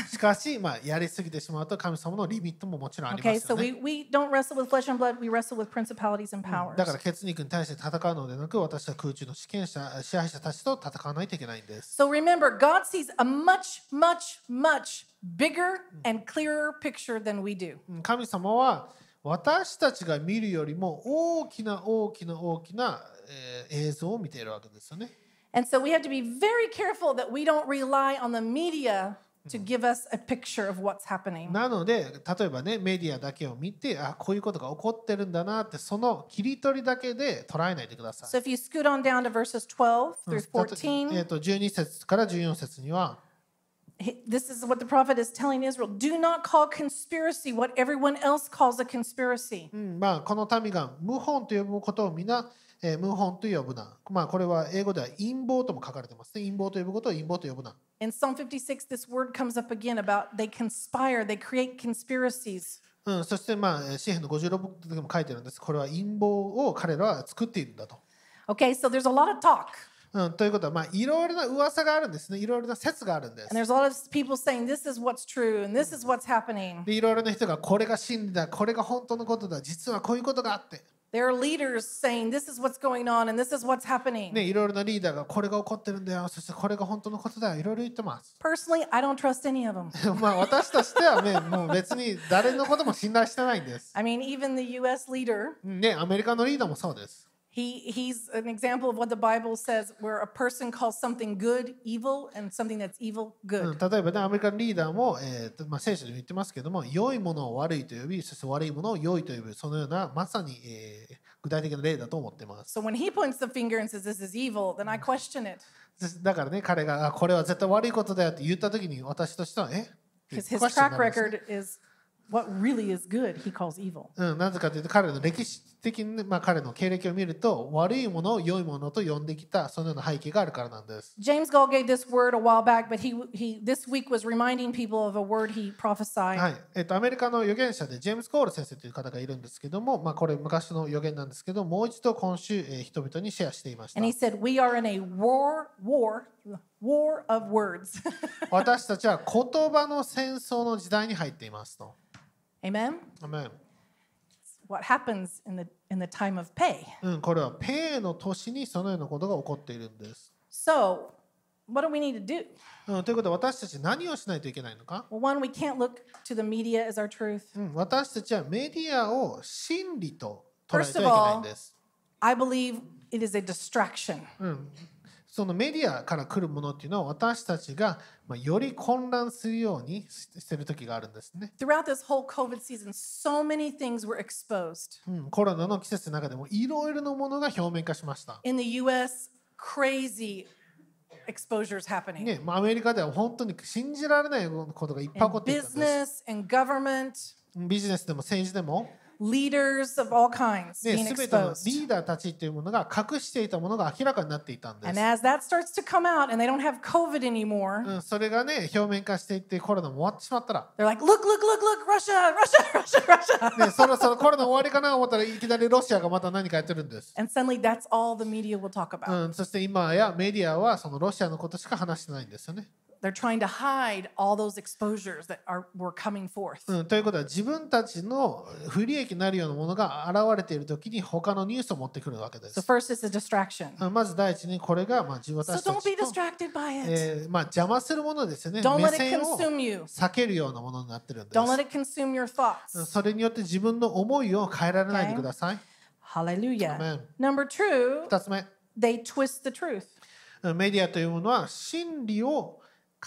S3: しかし、まあ、やりすぎてしまうと神様のリミットももちろんありま
S2: Okay,
S3: す
S2: so
S3: よね
S2: we, we don't wrestle with flesh and blood, we wrestle with principalities and powers.
S3: だから血肉に対して戦うのでなく私は空中の試験者支配者たちと戦わないといけないんです。
S2: So remember, God sees a much, much, much bigger and clearer picture than we do.
S3: うん神様は私たちが見るよりも大きな大きな大きな、えー映像を見ているわけですよね。
S2: And so we have to be very careful that we don't rely on the media to give us a picture of what's happening.
S3: なので例えばねメディアだけを見てあこういうことが起こってるんだなってその切り取りだけで捉えないでくださ
S2: So
S3: い。
S2: if you scoot on down to verses 12
S3: うんえ
S2: through 14,
S3: ー、と12節から14節には
S2: he- this is what the prophet is telling Israel do not call conspiracy what everyone else calls a conspiracy.
S3: うんまあ、この民が謀反と呼ぶことを皆、えー謀反と呼ぶな。まあ、これは英語では陰謀とも書かれてますね。陰謀と呼ぶことを陰謀と呼ぶな。
S2: In Psalm 56, this word comes up again about they conspire, they create conspiracies.
S3: うん、そして、まあえー、詩篇の56でも書いてるんです。これは陰謀を彼らは作っているんだと。
S2: Okay, so there's a lot of talk,
S3: うん、ということは、まあ、いろいろな噂があるんですね。いろいろな説があるんで
S2: and there's
S3: す。
S2: a lot of people saying this is what's true and this is what's happening.
S3: でいろいろな人がこれが真理だ、これが本当のことだ、実はこういうことがあって、
S2: There are leaders saying this is what's going on and this is what's happening.
S3: ね、いろいろなリーダーがこれが起こってるんだよ、そしてこれが本当のことだよ、いろいろ言ってます。
S2: Personally, I don't trust any of them.
S3: まあ私としてはね、もう別に誰のことも信頼してないんです。
S2: I mean, even the U.S. leader,
S3: ね、アメリカのリーダーもそうです。
S2: he he's an example of what the Bible says, where a person calls something good evil and something that's evil
S3: うん
S2: good.
S3: 例えばね、アメリカのリーダーも、えーとまあ、聖書でも言ってますけども、良いものを悪いと呼び、そして悪いものを良いと呼ぶ、そのようなまさに、えー具体的な例だと思ってます。
S2: So when he points the finger and says this is evil, then I question it
S3: だからね、彼があこれは絶対悪いことだよって言った時に、私としては、え
S2: because his
S3: おかしいな
S2: track record is what really is good. He calls evil.
S3: うん、なぜかというと彼の歴史的に、まあ、彼の経歴を見ると悪いものを良いものと呼んできたそのような背景があるからなんです。
S2: James Gall gave this word a while back, but he he this week was reminding people of a word he prophesied.
S3: はいえっとアメリカの預言者でジェームス・コール先生という方がいるんですけども、まあ、これ昔の預言なんですけどもう一度今週、えー人々にシェアしていました
S2: And he said, "We are in a war, war, war of words."
S3: 私たちは言葉の戦争の時代に入っていますと。
S2: Amen.
S3: アメン
S2: What happens in the in the time of pay?
S3: うん、これはペイの年にそのようなことが起こっているんです。
S2: So, what do we need to do?
S3: うん、ということは私たち何をしないといけないのか、
S2: Well, one, we can't look to the media as our truth.
S3: うん、私たちはメディアを真理と捉えて
S2: First
S3: は
S2: of
S3: いけ
S2: all-
S3: ないんです。
S2: I believe it is a distraction.
S3: うん、そのメディアから来るものっていうのは私たちがまあより混乱するようにししてる時があるんですね、
S2: Throughout this whole COVID season, so many things were exposed.
S3: うん、コロナの季節の中でもいろいろなものが表面化しました、
S2: In the US, crazy exposures happening.
S3: ねまあ、アメリカでは本当に信じられないことがいっぱい起こ
S2: In
S3: っていたんです
S2: business and government.
S3: ビジネスでも政治でも、
S2: leaders of all kinds
S3: で
S2: being
S3: 全ての
S2: exposed.
S3: リーダーたちというものが隠していたものが明らかになっていたんです
S2: And。as that starts to come out and they don't have COVID anymore,
S3: うん、それがね表面化していってコロナも終わってしまったら
S2: they're like, look, look, look, look, Russia, Russia, Russia, Russia.
S3: で そろそろコロナ終わりかなと思ったらいきなりロシアがまた何かやってるんです、
S2: And suddenly that's all the media will talk about.
S3: うん、そして今やメディアはそのロシアのことしか話してないんですよね、
S2: They're trying to hide all those exposures that are were coming forth.
S3: うん、ということは自分たちの不利益になるようなものが現れている時に他のニュースを持ってくるわけで
S2: So
S3: す、
S2: first it's a distraction.
S3: うん、まず第一にこれがまあ自分
S2: So
S3: 私た
S2: don't be
S3: ちの、
S2: distracted by it.
S3: えーまあ、邪魔するものですよね
S2: Don't
S3: 目
S2: let it
S3: 線を
S2: consume you.
S3: 避けるようなものになってるんで
S2: Don't let
S3: す
S2: it consume your
S3: うん
S2: thoughts.
S3: それによって自分の思いを変えられないでください、
S2: Hallelujah.
S3: Amen.
S2: Number two,
S3: 2つ目
S2: they twist the truth.
S3: メディアというものは真理を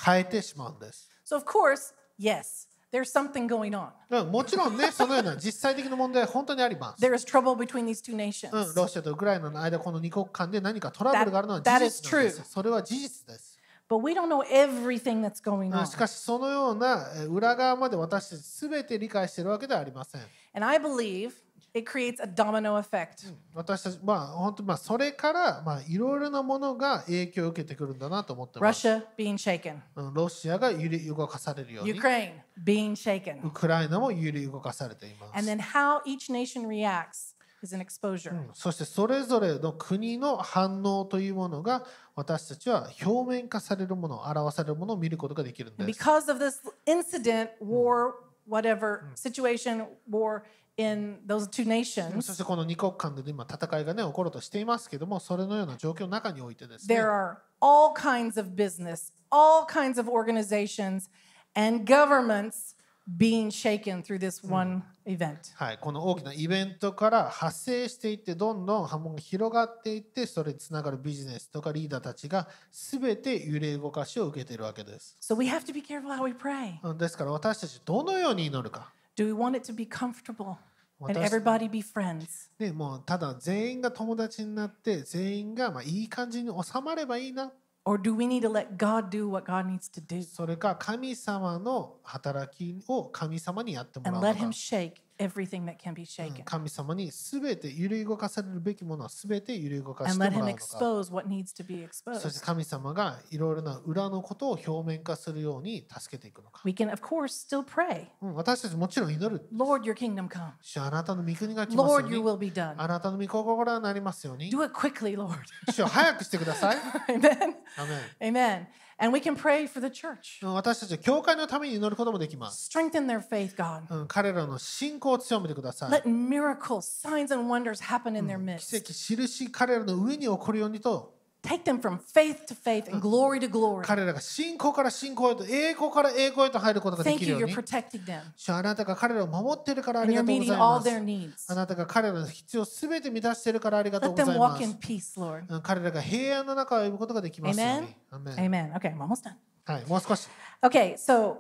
S3: 変えてしまうんです。
S2: So of course, yes, there's something going on.
S3: うんもちろんね、そのような実際的な問題は本当にあります。
S2: There is trouble between these two
S3: うん、
S2: nations.
S3: ロシアとウクライナの間、この2国間で何かトラブルがあるのは
S2: That-
S3: 事
S2: that
S3: 実なんで
S2: is
S3: す
S2: true.。
S3: それは事実です。
S2: But we don't know everything that's going
S3: うん
S2: on.
S3: しかし、そのようなえー裏側まで私たち全て理解しているわけではありません。
S2: And I believe it creates a domino effect.
S3: 私たち、まあ、本当、まあ、それから、まあ、いろいろなものが影響を受けてくるんだなと思ってます。
S2: Russia being shaken,
S3: うんロシアが揺り動かされるように、
S2: Ukraine being
S3: ウ
S2: shaken.
S3: クライナも揺り動かされています
S2: And。then how each nation reacts is an exposure.
S3: そしてそれぞれの国の反応というものが私たちは表面化されるもの表されるものを見ることができるん
S2: And
S3: です。
S2: because of this incident, war, whatever situation, war in those two
S3: そ
S2: nations,
S3: してこの2国間で今戦いがね起ころうとしていますけどもそれのような状況の中においてですね
S2: there are all kinds of business, all kinds of organizations, and governments being shaken through this one event.
S3: はい、この大きなイベントから発生していってどんどん波紋が広がっていってそれにつながるビジネスとかリーダーたちが全て揺れ動かしを受けているわけです。
S2: So we have to be careful how we pray.
S3: うんですから私たちどのように祈るか。
S2: Do we want it to be comfortable and
S3: 私
S2: everybody be friends?
S3: ね、もうただ全員が友達になって全員がまあいい感じに収まればいいな
S2: Or do we need to let God do what God needs to do
S3: それか神様の働きを神様にやってもら
S2: and
S3: うの
S2: let
S3: か
S2: Him shake everything that can be shaken
S3: 神様に全て揺り動かされるべきものは全て揺り動かし
S2: and
S3: てもら
S2: let Him
S3: うのか
S2: expose what needs to be
S3: そして
S2: exposed?
S3: 神様がいろいろな裏のことを表面化するように助けていくのか、
S2: We can, of course, still pray
S3: うん、私たちもちろん祈る
S2: Lord, your kingdom come.
S3: 主あなたの御国が来ますよ
S2: Lord,
S3: う
S2: your
S3: に
S2: will be done.
S3: あなたの御心になりますように
S2: Do it quickly, Lord.
S3: 主早くしてください
S2: Amen. Oh.
S3: アメン
S2: Amen. And we can pray for the church.
S3: うん私たちは教会のために祈ることもできます
S2: Strengthen their faith, God.
S3: うん、彼らの信仰を強めてください。
S2: Let miracles, signs, and wonders happen in their
S3: 奇
S2: midst.
S3: 跡、印、彼らの上に起こるようにと、
S2: Take them from faith to faith and glory to glory.
S3: 彼らが信仰から信仰へと、栄光から栄光へと入ることがで
S2: Thank
S3: きる
S2: you,
S3: よ
S2: you're
S3: うに。
S2: protecting them.
S3: 主あなたが彼らを守っているからあ
S2: And
S3: り
S2: you're
S3: がとうご
S2: meeting
S3: ざい
S2: all
S3: ま
S2: their
S3: す。
S2: needs.
S3: あなたが彼らの必要をすべて満たしているからありがとう
S2: Let
S3: ござ
S2: them
S3: い
S2: walk
S3: ま
S2: in
S3: す。
S2: peace, Lord.
S3: うん彼らが平安の中を歩むことができますよう
S2: Amen?
S3: に。アメン
S2: Amen. Okay, I'm almost done.
S3: はい、もう少し。
S2: Okay, so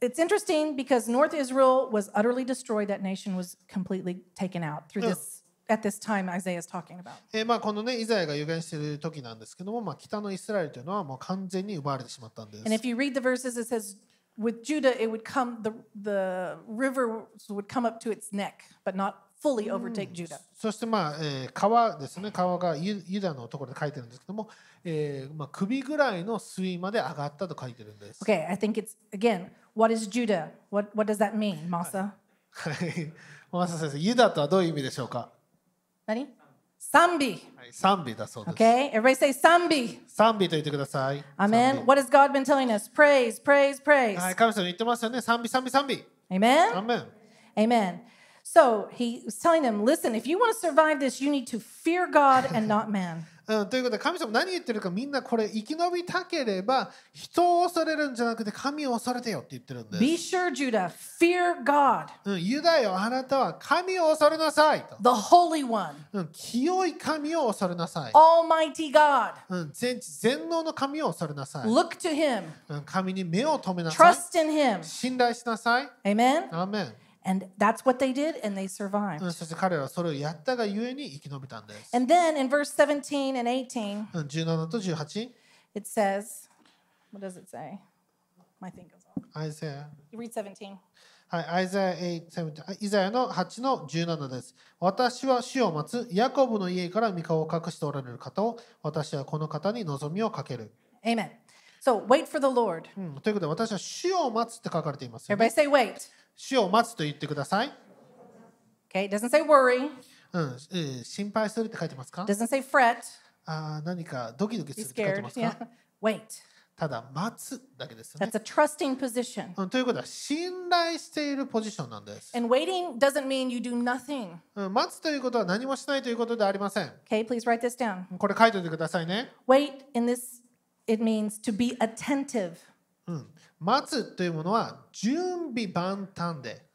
S2: it's interesting because North Israel was utterly destroyed. That nation was completely taken out through this at this time Isaiah is talking about.
S3: えーまあ、このね、イザヤが予言している時なんですけども、まあ、北のイスラエルというのはもう完全に奪われてしまったんです
S2: And。if you read the verses, it says, with Judah, it would come, the, the rivers would come up to its neck, but not fully overtake Judah.
S3: そして、まあえー川ですね川がユユダのところで書いてるんですけども、えーまあ、首ぐらいの水位まで上がったと書いてるんです。
S2: Okay, I think it's, again, what is Judah? What, what does that mean, Masa?
S3: はい、マサ先生ユダとはどういう意味でしょうか、
S2: Ready? Sambi.
S3: はい、賛美だそうです。
S2: Okay, everybody say Sambi.
S3: 賛美と言ってください。
S2: Amen.
S3: 賛
S2: What has God been telling us? Praise, praise, praise.
S3: 美はい、神様言ってますよね。賛美賛美賛美。ア
S2: Amen.
S3: ーメン
S2: Amen. So he was telling them, listen, if you want to survive this, you need to fear God and not man.
S3: うん、ということで神様何言ってるかみんなこれ生き延びたければ人を恐れるんじゃなくて神を恐れてよって言ってるんです。
S2: Be sure, Judah, fear God,
S3: うん、ユダよあなたは神を恐れなさいと。
S2: the Holy One,
S3: うん、清い神を恐れなさい。
S2: Almighty God.
S3: うん、全知全能の神を恐れなさい。
S2: Look to him,
S3: うん神に目を留めなさい。
S2: trust in him.
S3: 信頼しなさい。
S2: Amen.
S3: アーメン。
S2: And that's what they did, and they
S3: うん
S2: survived.
S3: そして彼らはそれをやったがゆえに生き延びたんです。
S2: And then in verse 17 and 18,
S3: うん17と18。
S2: it says, what does it say? My thing goes off.
S3: アイゼヤ
S2: You read 17.
S3: はい、アイザヤ8 17イザヤの8の17です。私は主を待つヤコブの家から御顔を隠しておられる方を私はこの方に望みをかける。
S2: Amen. So wait for the Lord.
S3: うん、ということで私は主を待つって書かれていますよね、
S2: Everybody say wait.
S3: 主を待つと言ってください。
S2: Okay, it doesn't say worry,
S3: うん、えー心配するって書いてますか
S2: doesn't say fret,
S3: あー何かドキドキす
S2: be
S3: るって書
S2: scared.
S3: いてます
S2: Yeah.
S3: か
S2: Wait.
S3: ただ待つだけですよね
S2: That's a。trusting position.
S3: うん、ということは信頼しているポジションなんです。
S2: And waiting doesn't mean you do nothing.
S3: うん、待つということは何もしないということではありません。
S2: Okay, please write this down.
S3: これ書いておいてくださいね。
S2: Wait in this, it means to be attentive,
S3: うん、待つというものは準備万端で、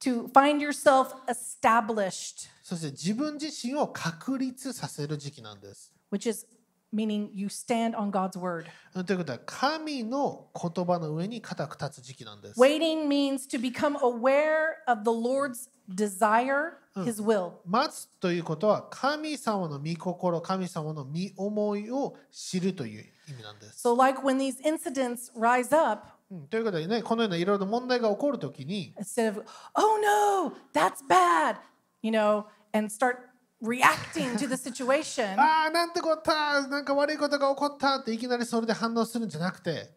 S2: to find yourself established,
S3: そして自分自身を確立させる時期なんです。
S2: which is meaning you stand on God's word.
S3: うんということは神の言葉の上に固く立つ時期なんです。
S2: Waiting means to become aware of the Lord's desire, his will.
S3: 待つということは神様の御心、神様の御思いを知るという意味なんです。
S2: So, like when these incidents rise up,
S3: うん、ということでね、このようないろいろな問題が起こるときに、
S2: instead of, oh no, that's bad, you know, and start reacting to the situation,
S3: ああ、なんてこった、なんか悪いことが起こったっていきなりそれで反応するんじゃなくて、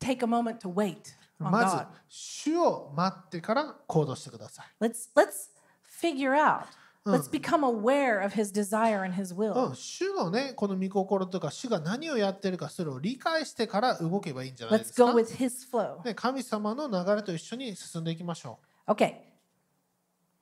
S2: take a moment to wait on
S3: まず
S2: God.
S3: 主を待ってから行動してください。
S2: Let's let's figure out. Let's become aware of his desire and his
S3: う
S2: will.
S3: ん、主のね、この御心とか、主が何をやってるか、それを理解してから動けばいいんじゃないで
S2: Let's
S3: すか
S2: go。with his flow.
S3: ね、神様の流れと一緒に進んでいきましょ
S2: Okay.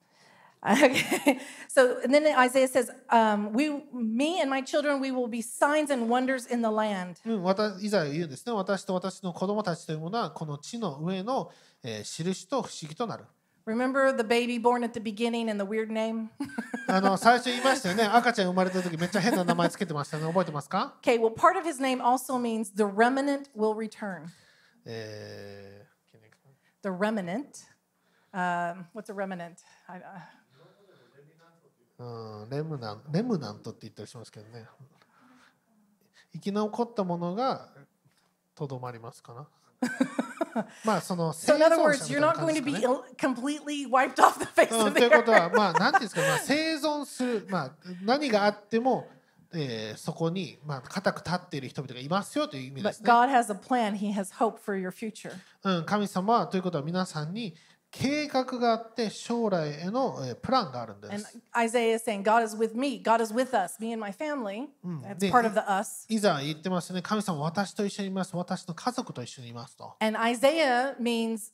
S2: Okay. So and then Isaiah says, um, "We, me and my children, we will be signs and wonders in the land."
S3: う。うん、私、いざ言うんですね、私と私の子供たちというものは、この地の上の、えー印と不思議となる。
S2: Remember the baby born at the beginning and the weird name?
S3: あの、最初言いましたよね、赤ちゃん生まれた時めっちゃ変な名前つけてましたね、覚えてますか
S2: okay. Well, part of his name also means the remnant will return.
S3: えー
S2: The remnant. Um, what's a remnant? I, uh,
S3: うんレムナンレムナントって言ったりしますけどね生き残ったものがとどまりま すかなまあその生
S2: so,
S3: 存
S2: in
S3: 者
S2: other
S3: み
S2: words,
S3: たい
S2: you're
S3: な
S2: not
S3: 感
S2: going
S3: じ
S2: to
S3: ですか
S2: be
S3: ね
S2: ill- completely wiped off the face
S3: う
S2: of
S3: ん、
S2: the
S3: ということ
S2: earth.
S3: はまあ何ていうんですか、まあ、生存する、まあ、何があっても、えーそこに、まあ、固く立っている人々がいますよという意味で
S2: But
S3: すね、
S2: God has a plan. He has hope for your future.
S3: うん、神様はということは皆さんに計画があって将来への、えープランがあるんで
S2: And
S3: す
S2: Isaiah is saying, God is with me. God is with us, me and my family. That's
S3: Yeah.
S2: part of the us.
S3: いざ言ってますね神様は私と一緒にいます私の家族と一緒にいますと
S2: And Isaiah means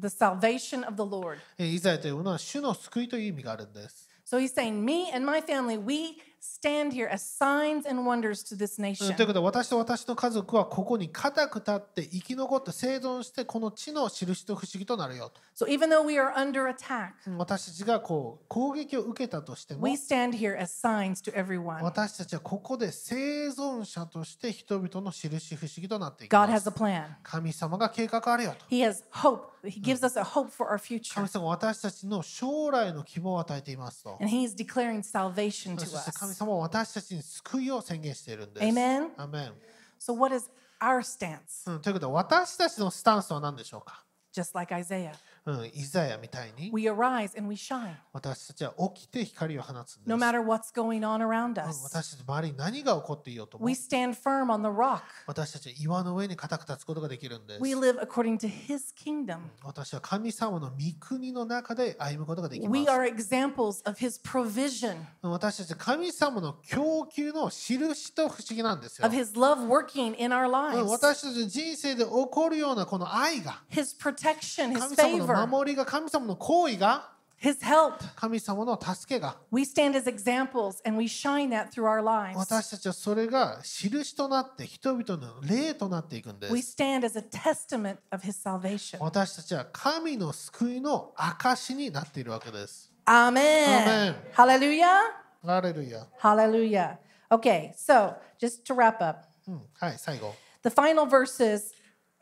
S2: the salvation of the Lord.
S3: えーイザヤというものは主の救いという意味があるんです。
S2: So he's saying, me and my family, we stand here as signs and wonders to this
S3: うん
S2: nation.
S3: ということで私と私の家族はここに固く立って生き残って生存してこの地の印と不思議となるよと
S2: So even though we are under attack,
S3: うん私たちがこう攻撃を受けたとしても
S2: we stand here as signs to everyone.
S3: 私たちはここで生存者として人々の印不思議となっていき
S2: God
S3: ま
S2: has
S3: す
S2: a plan.
S3: 神様が計画あるよと
S2: He has hope. He gives us a hope for our
S3: 神
S2: future.
S3: 様は私たちの将来の希望を与えていますと
S2: And he's declaring salvation
S3: そ
S2: to
S3: して
S2: us.
S3: 神様は私たちに救いを宣言しているんです
S2: Amen
S3: アメン
S2: So, what is our stance?
S3: うんということで私たちのスタンスは何でしょうか
S2: Just like Isaiah,
S3: うん、イザヤみたいに
S2: we arise and we shine
S3: 私たちは起きて光を放つんです。
S2: no
S3: うん
S2: matter what's going on around
S3: Oh,
S2: us.
S3: 私たちの周りに何が起こっていようとも
S2: We stand firm on the rock.
S3: 私たちは岩の上に固く立つことができるんです。
S2: We live according to his kingdom.
S3: 私は神様の御国の中で歩むことができま
S2: We
S3: す。
S2: are examples of his provision,
S3: 私たちは神様の供給の印と不思議なんですよ
S2: of。his love working in our
S3: うん
S2: lives,
S3: 私たちの人生で起こるようなこの愛が
S2: his protection, his
S3: 神様
S2: favor,
S3: の守りが神様の行為が
S2: his help.
S3: 神様の助けが
S2: We stand as examples and we shine that through our lives.
S3: 私たちはそれが印となって人々の霊となっていくんです
S2: We。stand as a testament of his salvation.
S3: 私たちは神の救いの証になっているわけです。
S2: Amen.
S3: Amen.
S2: Hallelujah.
S3: ハレルヤ。
S2: Hallelujah. Okay, so just to wrap up,
S3: うん、はい、最後。
S2: the final verses,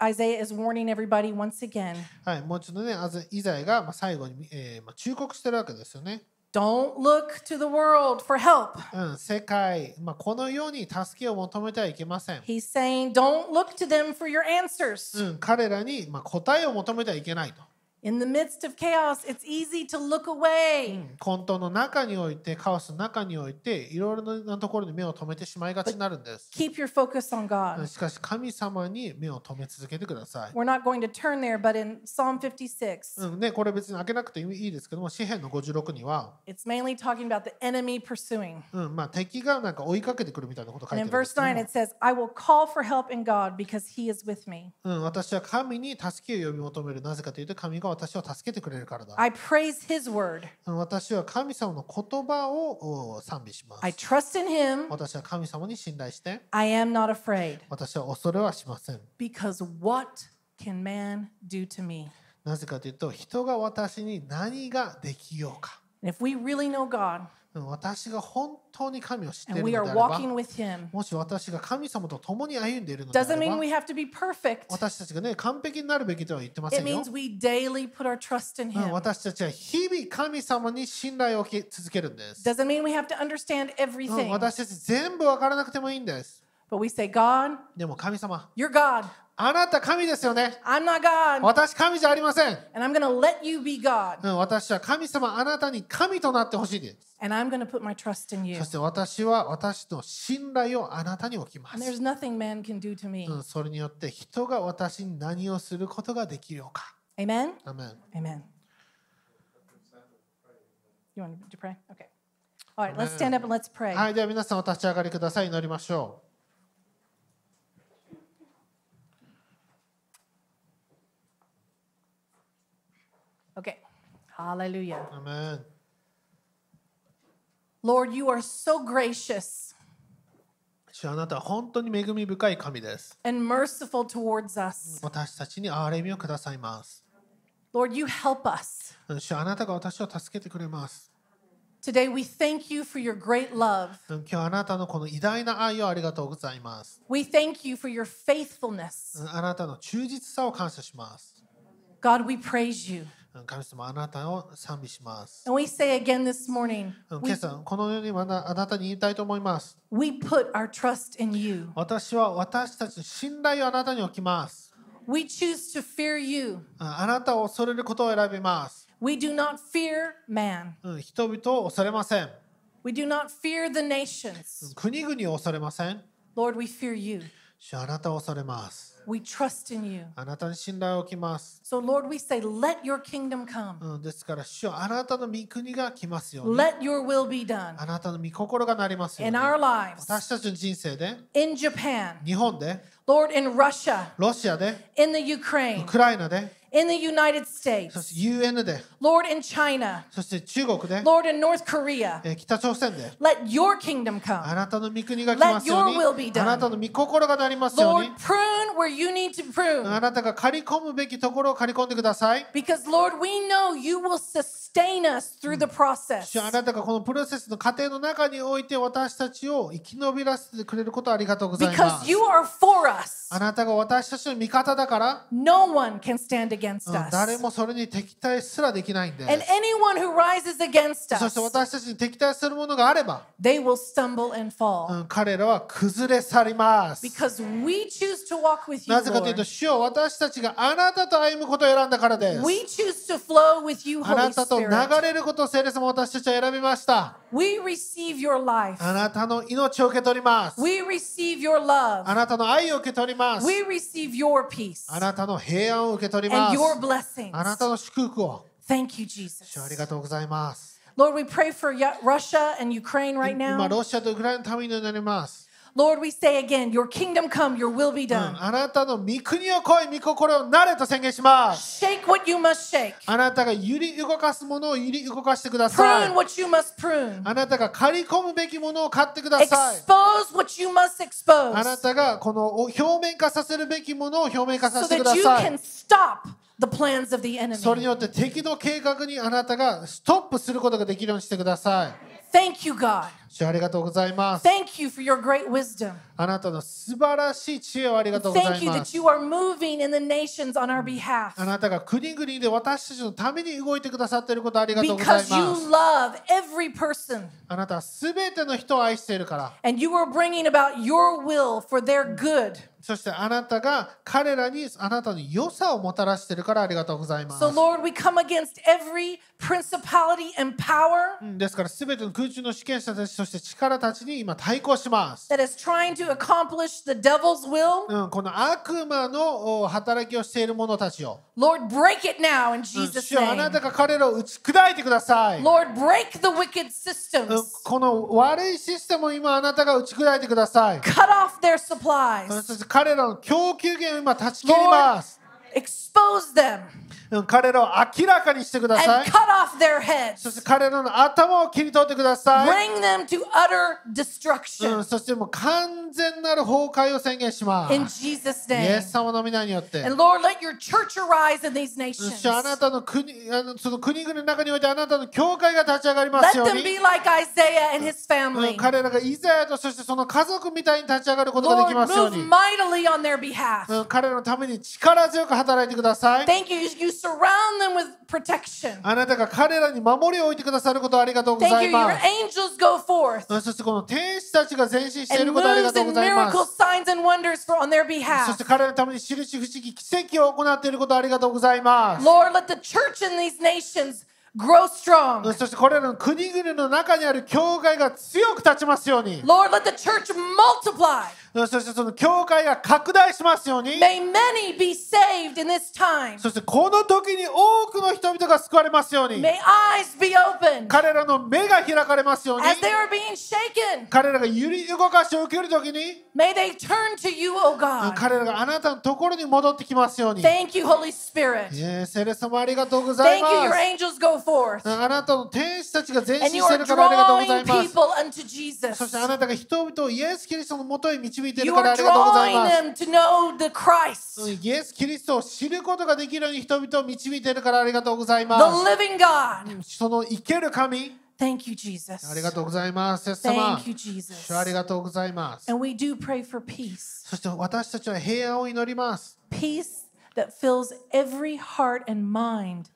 S2: Isaiah is warning everybody once again
S3: はい、もう一度ね、あずイザヤがまあ最後に、えーまあ、忠告してるわけですよね。
S2: don't look to the world for help.
S3: うん、世界、まあ、このように助けを求めてはいけません。
S2: He's saying,
S3: Mm.
S2: don't look to them for your answers.
S3: うん、彼らに、まあ、答えを求めてはいけないと。
S2: In the midst of chaos, it's easy to look away.
S3: 混沌の中においてカオスの中においていろいろなところに目を留めてしまいがちになるんです
S2: Keep your focus on God.
S3: しかし神様に目を留め続けてください
S2: We're not going to turn there, but in Psalm 56,
S3: うんね、これ別に開けなくていいですけども詩篇の56には、
S2: it's mainly talking about the enemy pursuing.
S3: うんまあ、敵がなんか追いかけてくるみたいなこと書い
S2: And
S3: てあ
S2: in
S3: る
S2: verse
S3: んですけど
S2: 9,
S3: も
S2: it says, I will call for help in God because he is with me.
S3: うん、私は神に助けを呼び求めるなぜかというと神が私を助けてくれるからだ
S2: I praise his word.
S3: うん私は神様の言葉をお賛美しま
S2: I
S3: す
S2: trust in him.
S3: 私は神様に信頼して
S2: I am not afraid.
S3: 私は恐れはしません
S2: Because what can man do to me?
S3: なぜかというと人が私に何ができようか
S2: And if we really know God
S3: うん私が本当に神を知ってい
S2: and we
S3: るのであ
S2: are
S3: れば
S2: walking with him,
S3: もし私が神様と共に歩んでいるのであ
S2: doesn't
S3: れ
S2: mean
S3: ば
S2: we have to be perfect.
S3: 私たちがね完璧になるべきとは言ってませ
S2: It
S3: んよ
S2: means、we daily put our trust in
S3: うん、
S2: him.
S3: 私たちは日々神様に信頼を受け続けるんです、
S2: Doesn't mean we have to understand
S3: うん
S2: everything.
S3: 私たち全部わからなくてもいいんです
S2: But we say, God,
S3: でも神様
S2: you're God.
S3: あなた神ですよね
S2: I'm not God.
S3: 私神じゃありません、
S2: And I'm going to let you be God.
S3: うん、私は神様あなたに神となってほしいです、
S2: And I'm going to put my trust in you.
S3: そして私は私の信頼をあなたに置きま
S2: And
S3: す
S2: there's nothing man can do to me.
S3: うん、それによって人が私に何をすることができるのか。
S2: Amen?
S3: アーメン
S2: Amen. You want to pray? Okay. All right, let's stand up and let's pray.
S3: はい、では皆さんお立ち上がりください。祈りましょう。
S2: Okay. Hallelujah.
S3: アーメン
S2: Lord, you are so gracious
S3: 主よあなたは本当に恵み深い神です。
S2: and merciful towards us.
S3: 私たちに憐れみをくださいます。
S2: Lord, you help us.
S3: うん主よあなたが私を助けてくれます。
S2: Today, we thank you for your great love.
S3: うん今日あなたのこの偉大な愛をありがとうございます。
S2: We thank you for your
S3: う
S2: faithfulness.
S3: んあなたの忠実さを感謝します。
S2: God, we praise you.
S3: うん神様あなたを賛美します。
S2: And we say again this morning,
S3: うん
S2: we,
S3: 今朝このようにまだあなたに言いたいと思います。
S2: we put our trust in you.
S3: 私は私たちの信頼をあなたに置きます。
S2: We choose to fear you.
S3: ああなたを恐れることを選びます。
S2: We do not fear man.
S3: うん人々を恐れません。
S2: We do not fear the nations.
S3: 国々を恐れません。
S2: Lord, we fear you.
S3: 主あなたを恐れます。
S2: We trust in you.
S3: あなたに信頼を置きます。
S2: So, Lord, we say, let your kingdom come.
S3: うん、ですから、主よあなたの御国が来ますように。
S2: Let your will be done
S3: あなたの御心がなりますよう
S2: in
S3: に。
S2: our lives,
S3: 私たちの人生で、
S2: in Japan,
S3: 日本で、
S2: Lord, in Russia,
S3: ロシアで、
S2: in the
S3: ウ
S2: Ukraine,
S3: クライナで、
S2: in the United
S3: そ
S2: States,
S3: して UN で、
S2: Lord, in China,
S3: そして中国で、
S2: Lord, in North Korea.
S3: えー北朝鮮で、
S2: Let your kingdom
S3: あ
S2: come.
S3: なたの御国が来ますよ
S2: Let your will
S3: う
S2: be
S3: に。
S2: done.
S3: あなたの御心がなりますよう
S2: Lord,
S3: に。
S2: prune where you need to
S3: あ
S2: prune.
S3: なたが刈り込むべきところを刈り込んでください。
S2: Because, Lord, we know you will sustain us through the process.
S3: 主よあなたがこのプロセスの過程の中において私たちを生き延びらせてくれることをありがとうございま
S2: Because
S3: す
S2: you。are for us,
S3: あなたが私たちの味方だから、
S2: no one can stand against
S3: うん誰
S2: us.
S3: もそれに敵対すらできないんで
S2: And anyone who rises against
S3: す。そし
S2: us,
S3: て私たちに敵対するものがあれば、
S2: they will stumble and
S3: う
S2: fall.
S3: ん彼らは崩れ去ります。
S2: Because we choose to walk with you,
S3: なぜかというと、
S2: Lord.
S3: 主を私たちがあなたと歩むことを選んだからです。
S2: We choose to flow with you,
S3: あな
S2: Holy
S3: たと流
S2: Spirit.
S3: れることを聖霊様私たちは選びました。
S2: We receive your life.
S3: あなたの命を受け取ります。
S2: We receive your love.
S3: あなたの愛を受け取ります。
S2: We receive your peace
S3: あなたの平安を受け取りま
S2: and
S3: す。
S2: your blessings.
S3: あなたの祝福を
S2: Thank you,
S3: 主よあ
S2: Jesus.
S3: りがとうございます。
S2: Lord, we pray for Ya- Russia and Ukraine
S3: い
S2: right
S3: 今、
S2: now.
S3: ロシアとウクライナのためになります。
S2: Lord, we say again, your kingdom come, your will be
S3: うん
S2: done.
S3: あなたの御国を来い、御心をなれと宣言します。
S2: Shake what you must shake,
S3: あなたが揺り動かすものを揺り動かしてください
S2: prune。what you must prune,
S3: あなたが刈り込むべきものを買ってください。
S2: expose what you must
S3: あな
S2: expose,
S3: たがこのお表面化させるべきものを表面化さ
S2: so
S3: せて
S2: that
S3: くだ
S2: you
S3: さ
S2: can
S3: い。
S2: stop the plans of the
S3: それ
S2: enemy.
S3: によって敵の計画にあなたがストップすることができるようにしてください。
S2: Thank you, God.
S3: 主よありがとうございます。
S2: Thank you for your great wisdom.
S3: あなたの素晴らしい知恵をありがとうござ
S2: Thank
S3: い
S2: you
S3: ま
S2: that
S3: す。
S2: you are moving in the nations on our
S3: あ
S2: behalf
S3: なたが国々で私たちのために動いてくださっていることありがとうござい
S2: because
S3: ま
S2: you
S3: す。
S2: love every person
S3: あなたはすべての人を愛しているから、
S2: and you are bringing about your will for their good.
S3: そしてあなたが彼らにあなたの良さをもたらしているからありがとうございます
S2: So,。Lord, we come against every principality and power
S3: うんですからすべての空中の主権者たち、そして力たちに今対抗します。
S2: that is trying to accomplish the devil's will.
S3: うん、この悪魔のお働きをしている者たちを、
S2: Lord, break it now in
S3: うん
S2: Jesus'
S3: 主よあな
S2: name.
S3: たが彼らを打ち砕いてください。
S2: Lord, break the wicked
S3: うん
S2: systems.
S3: この悪いシステムを今あなたが打ち砕いてください。
S2: Cut off their
S3: うん
S2: supplies.
S3: そして彼らの供給源を今断ち切ります。
S2: Expose them
S3: うん彼らを明らかにしてくださ
S2: and
S3: い。
S2: cut off their
S3: そして
S2: heads.
S3: 彼らの頭を切り取ってください。
S2: Bring them to utter
S3: うん
S2: destruction
S3: そしてもう完全なる崩壊を宣言しま
S2: in
S3: す。
S2: Jesus'
S3: イ
S2: name.
S3: エス様の皆によって。
S2: And Lord, let your church arise in these
S3: そ
S2: nations.
S3: してあなたの国、あのその国々の中においてあなたの教会が立ち上がりま
S2: Let
S3: すよう
S2: them
S3: に
S2: be。like Isaiah and his
S3: うん
S2: family.
S3: 彼らがイザヤとそしてその家族みたいに立ち上がることができま
S2: Lord,
S3: すよう
S2: move
S3: に。
S2: mightily on their behalf.
S3: うん彼らのために力強く働いてください。
S2: Thank you. You surround them with protection.
S3: あなたが彼らに守りを置いてくださることをありがとうござ
S2: Thank
S3: い
S2: you. Your
S3: ます。
S2: angels go forth
S3: うんそしてこの天使たちが前進してい
S2: and
S3: ることをありが
S2: moves
S3: とうご
S2: and
S3: ざいます。
S2: miracles, signs, and wonders for on their
S3: そして
S2: behalf.
S3: 彼らのために印不思議奇跡を行っていることをありがとうございます。
S2: Lord, let the church in these nations grow
S3: うん
S2: strong.
S3: そしてこれらの国々の中にある教会が強く立ちますように。
S2: Lord, let the church multiply.
S3: うんそしてその教会が拡大しますように。
S2: May many be saved in this time.
S3: そしてこの時に多くの人々が救われますように。
S2: May eyes be opened
S3: 彼らの目が開かれますように。
S2: as they are being shaken.
S3: 彼らが揺り動かしを受ける時に、
S2: May they turn to you, O
S3: うん
S2: God.
S3: 彼らがあなたのところに戻ってきますように。
S2: Thank you, Holy Spirit.
S3: えー、セレス様ありがとうござい
S2: Thank
S3: ま
S2: you, your
S3: す。
S2: angels go forth.
S3: うんあなたの天使たちが前進
S2: And you
S3: してい
S2: are
S3: るからありがとうござい
S2: drawing
S3: ます。
S2: people unto
S3: そ
S2: Jesus.
S3: してあなたが人々をイエス・キリストのもとへ導いてい
S2: You
S3: るからあ
S2: are
S3: りがとうござい
S2: drawing
S3: ます。
S2: them to know the Christ,
S3: うんイエス・キリストを知ることができるように人々を導いているからありがとうござい
S2: the
S3: ま
S2: living God.
S3: す。その生ける神、
S2: Thank you,
S3: ありが
S2: Jesus.
S3: とうございます。セス様
S2: Thank you, Jesus.
S3: 主ありがとうございます。
S2: And we do pray for peace
S3: そして私たちは平安を祈ります。
S2: peace that fills every heart and mind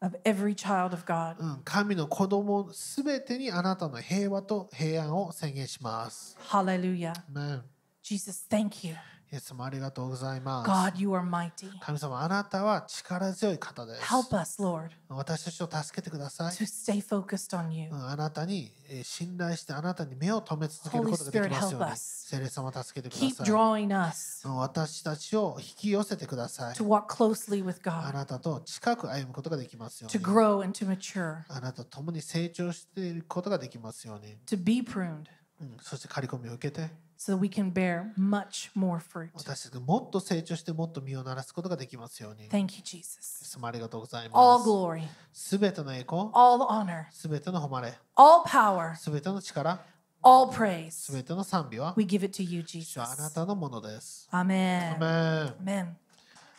S2: of every child of God.
S3: うん神の子供すべてにあなたの平和と平安を宣言します。
S2: Hallelujah.
S3: アーメン
S2: Jesus, thank you.
S3: イエス様ありがとうございます。
S2: God, you are mighty.
S3: 神様あなたは力強い方です。
S2: Help us, Lord,
S3: 私たちを助けてください。
S2: to stay focused on you.
S3: うんあなたにえー信頼してあなたに目を留め続けることができます
S2: Holy Spirit,
S3: よ
S2: help
S3: うに。
S2: us.
S3: 聖霊様助けてく
S2: Keep
S3: ださい。
S2: drawing us
S3: うん私たちを引き寄せてください
S2: to。walk closely with
S3: あ
S2: God,
S3: なたと近く歩むことができますよ
S2: to
S3: うに。
S2: grow and to mature,
S3: あなたと共に成長していくことができますように。
S2: to be pruned
S3: うんそして刈り込みを受けて、
S2: so that we can bear much more fruit.
S3: 私たちがもっと成長してもっと身を鳴らすことができますように。イエ
S2: Thank you, Jesus.
S3: ス様ありがとうござい
S2: All
S3: ます。
S2: glory,
S3: すべての栄光、
S2: all honor,
S3: すべての誉れ、
S2: all power,
S3: すべての力、
S2: all
S3: す
S2: praise.
S3: べての賛美は、
S2: We give it to you,
S3: 主はあな
S2: Jesus.
S3: たのものです。ア
S2: Amen.
S3: メン
S2: Amen.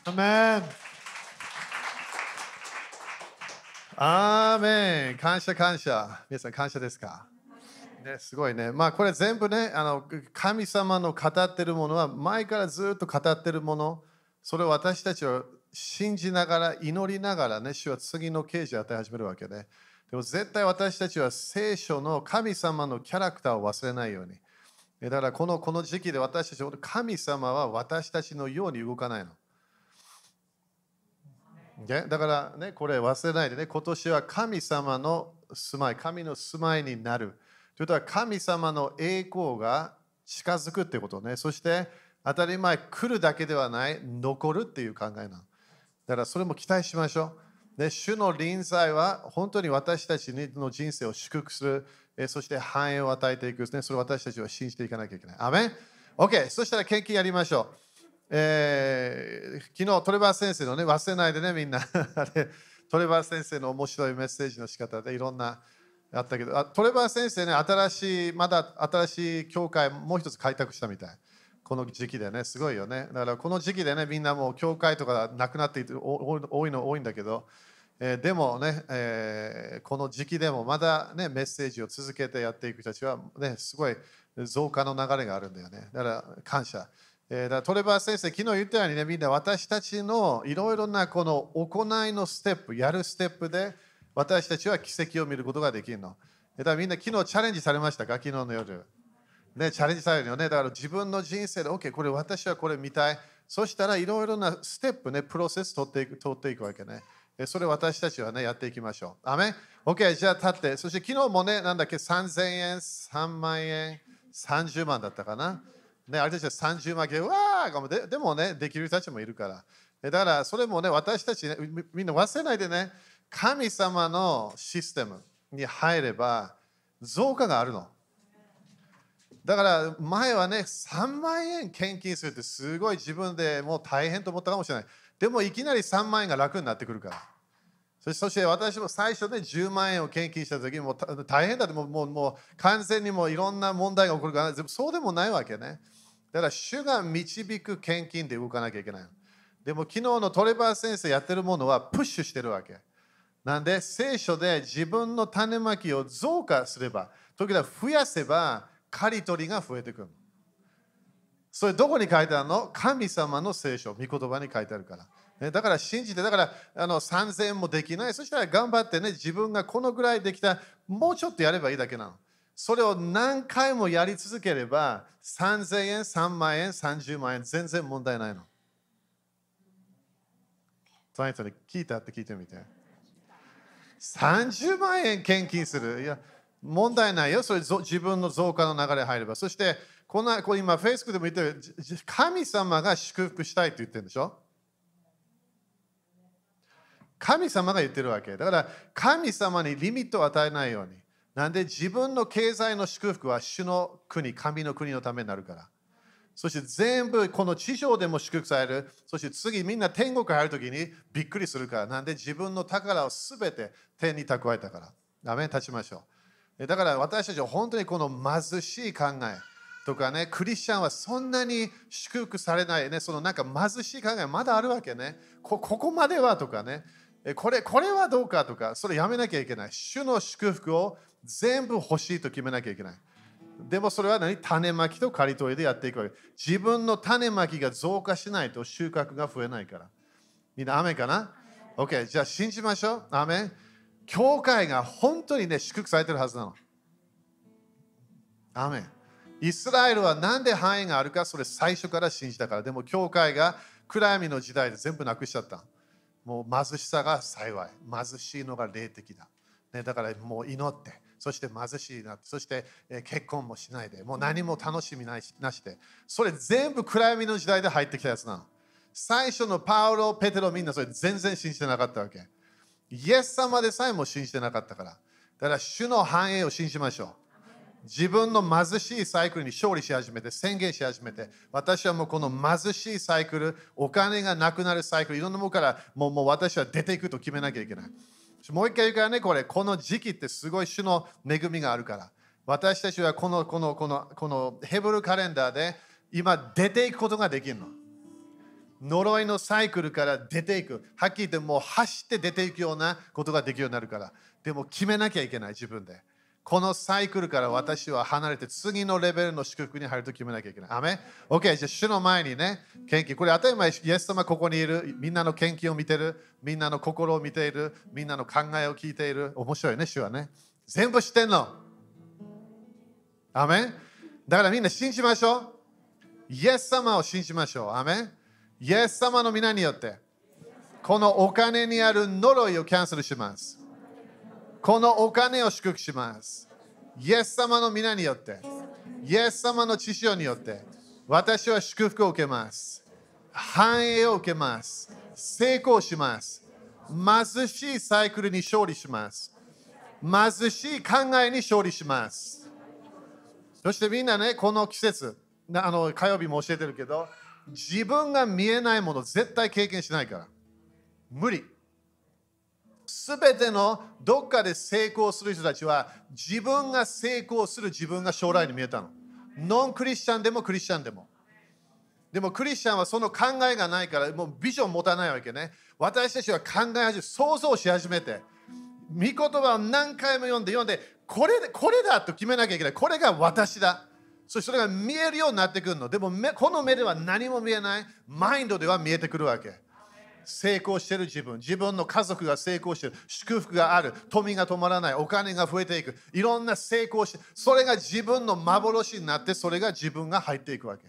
S3: アメン
S1: アーメン感謝感謝皆さん感謝ですかね、すごいね。まあこれ全部ねあの神様の語ってるものは前からずっと語ってるものそれを私たちは信じながら祈りながらね主は次の刑事を与え始めるわけで、でも絶対私たちは聖書の神様のキャラクターを忘れないようにえだからこのこの時期で私たち神様は私たちのように動かないの。ね、だからね、これ忘れないでね、今年は神様の住まい、神の住まいになる。ということは神様の栄光が近づくってことね。そして当たり前来るだけではない、残るっていう考えなの。だからそれも期待しましょう。ね、主の臨在は本当に私たちの人生を祝福する、えそして繁栄を与えていくですね。それを私たちは信じていかなきゃいけない。アメン ?OK、そしたら献金やりましょう。えー昨日トレバー先生のね忘れないでねみんな あれトレバー先生の面白いメッセージの仕方でいろんなあったけどあトレバー先生ね新しいまだ新しい教会もう一つ開拓したみたいこの時期でねすごいよねだからこの時期でねみんなもう教会とかなくなっていてお多いの多いの多いんだけどえーでもね、えーこの時期でもまだ、ね、メッセージを続けてやっていく人たちは、ね、すごい増加の流れがあるんだよね。だから感謝。えーだからトレバー先生、昨日言ったようにね、みんな私たちのいろいろなこの行いのステップ、やるステップで私たちは奇跡を見ることができるの。だからみんな昨日チャレンジされましたか昨日の夜。ね、チャレンジされるよね。だから自分の人生で、OK、これ私はこれ見たい。そしたらいろいろなステップね、プロセス取っていく、通っていくわけね。えそれ私たちはね、やっていきましょう。アメン ?OK、じゃあ立って。そして昨日もね、なんだっけ、3000円、3万円、30万だったかな。ね、あれたちは30万円、うわーがもうででもね、できる人たちもいるから。えだからそれもね、私たち、ね、みみんな忘れないでね、神様のシステムに入れば、増加があるの。だから前はね3万円献金するってすごい自分でもう大変と思ったかもしれないでもいきなり3万円が楽になってくるからそしてそして私も最初ね10万円を献金した時もうた大変だってもうもうもう完全にもういろんな問題が起こるからでもそうでもないわけねだから主が導く献金で動かなきゃいけないのでも昨日のトレバー先生やってるものはプッシュしてるわけなんで聖書で自分の種まきを増加すれば時々増やせば刈り取りが増えてくるそれどこに書いてあるの神様の聖書御言葉に書いてあるからねだから信じてだからあの3000円もできないそしたら頑張ってね自分がこのぐらいできたもうちょっとやればいいだけなのそれを何回もやり続ければ3000円3万円30万円全然問題ないのトニトに聞いたって聞いてみて30万円献金する。いや、問題ないよ。それぞ自分の増加の流れ入れば。そして、こんな、これ今、フェイスクでも言ってる、じじ神様が祝福したいって言ってるんでしょ神様が言ってるわけ。だから、神様にリミットを与えないように。なんで、自分の経済の祝福は主の国、神の国のためになるから。そして全部この地上でも祝福される。そして次みんな天国入るときにびっくりするから。なんで自分の宝をすべて天に蓄えたから。ダメ立ちましょう。えだから私たちは本当にこの貧しい考えとかね、クリスチャンはそんなに祝福されないね、そのなんか貧しい考えまだあるわけね。こここまではとかね。えこれこれはどうかとか、それやめなきゃいけない。主の祝福を全部欲しいと決めなきゃいけない。でもそれは何種まきと刈り取りでやっていくわけ。自分の種まきが増加しないと収穫が増えないから。みんな、雨かな ?OK、じゃあ信じましょう。雨。教会が本当にね、祝福されてるはずなの。アーメンイスラエルはなんで範囲があるか、それ最初から信じたから。でも、教会が暗闇の時代で全部なくしちゃった。もう貧しさが幸い。貧しいのが霊的だ。ね、だからもう祈って、そして貧しいなって、そして、えー結婚もしないで、もう何も楽しみないしなしで、それ全部暗闇の時代で入ってきたやつなの。最初のパウロ、ペテロ、みんなそれ全然信じてなかったわけ。イエス様でさえも信じてなかったから。だから主の繁栄を信じましょう。自分の貧しいサイクルに勝利し始めて、宣言し始めて、私はもうこの貧しいサイクル、お金がなくなるサイクル、いろんなものからもうもう私は出ていくと決めなきゃいけない。もう一回言うからね、これ、この時期ってすごい主の恵みがあるから、私たちはこのこのこのこのヘブルカレンダーで今出ていくことができるの。呪いのサイクルから出ていく。はっきり言ってもう走って出ていくようなことができるようになるから。でも決めなきゃいけない自分で。このサイクルから私は離れて次のレベルの祝福に入ると決めなきゃいけない。アメ ?OK、じゃあ主の前にね、献金。これ当たり前、イエス様ここにいる。みんなの献金を見てる。みんなの心を見ている。みんなの考えを聞いている。面白いね、主はね。全部知ってんの。アメだからみんな信じましょう。イエス様を信じましょう。アーメンイエス様の皆によって、このお金にある呪いをキャンセルします。このお金を祝福します。イエス様の皆によって、イエス様の知性によって、私は祝福を受けます。繁栄を受けます。成功します。貧しいサイクルに勝利します。貧しい考えに勝利します。そしてみんなね、この季節、なあの火曜日も教えてるけど、自分が見えないもの絶対経験しないから。無理。すべてのどっかで成功する人たちは、自分が成功する自分が将来に見えたの。ノンクリスチャンでもクリスチャンでも。でもクリスチャンはその考えがないからもうビジョン持たないわけね。私たちは考え始め、想像し始めて、御言葉を何回も読んで読んで、これこれだと決めなきゃいけない。これが私だ。そしてそれが見えるようになってくるの。でも目この目では何も見えない。マインドでは見えてくるわけ。成功してる自分、自分の家族が成功してる、祝福がある、富が止まらない、お金が増えていく、いろんな成功して、それが自分の幻になって、それが自分が入っていくわけ。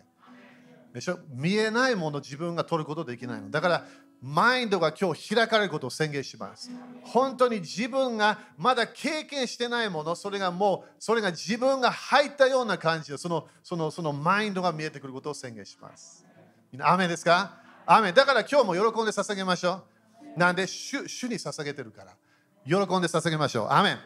S1: でしょ見えないものを自分が取ることできないの。だから、マインドが今日開かれることを宣言します。本当に自分がまだ経験してないもの、それがもう、それが自分が入ったような感じで、その、その、そのマインドが見えてくることを宣言します。みんな雨ですか雨だから今日も喜んで捧げましょう。なんで主、主に捧げてるから。喜んで捧げましょう。アーメン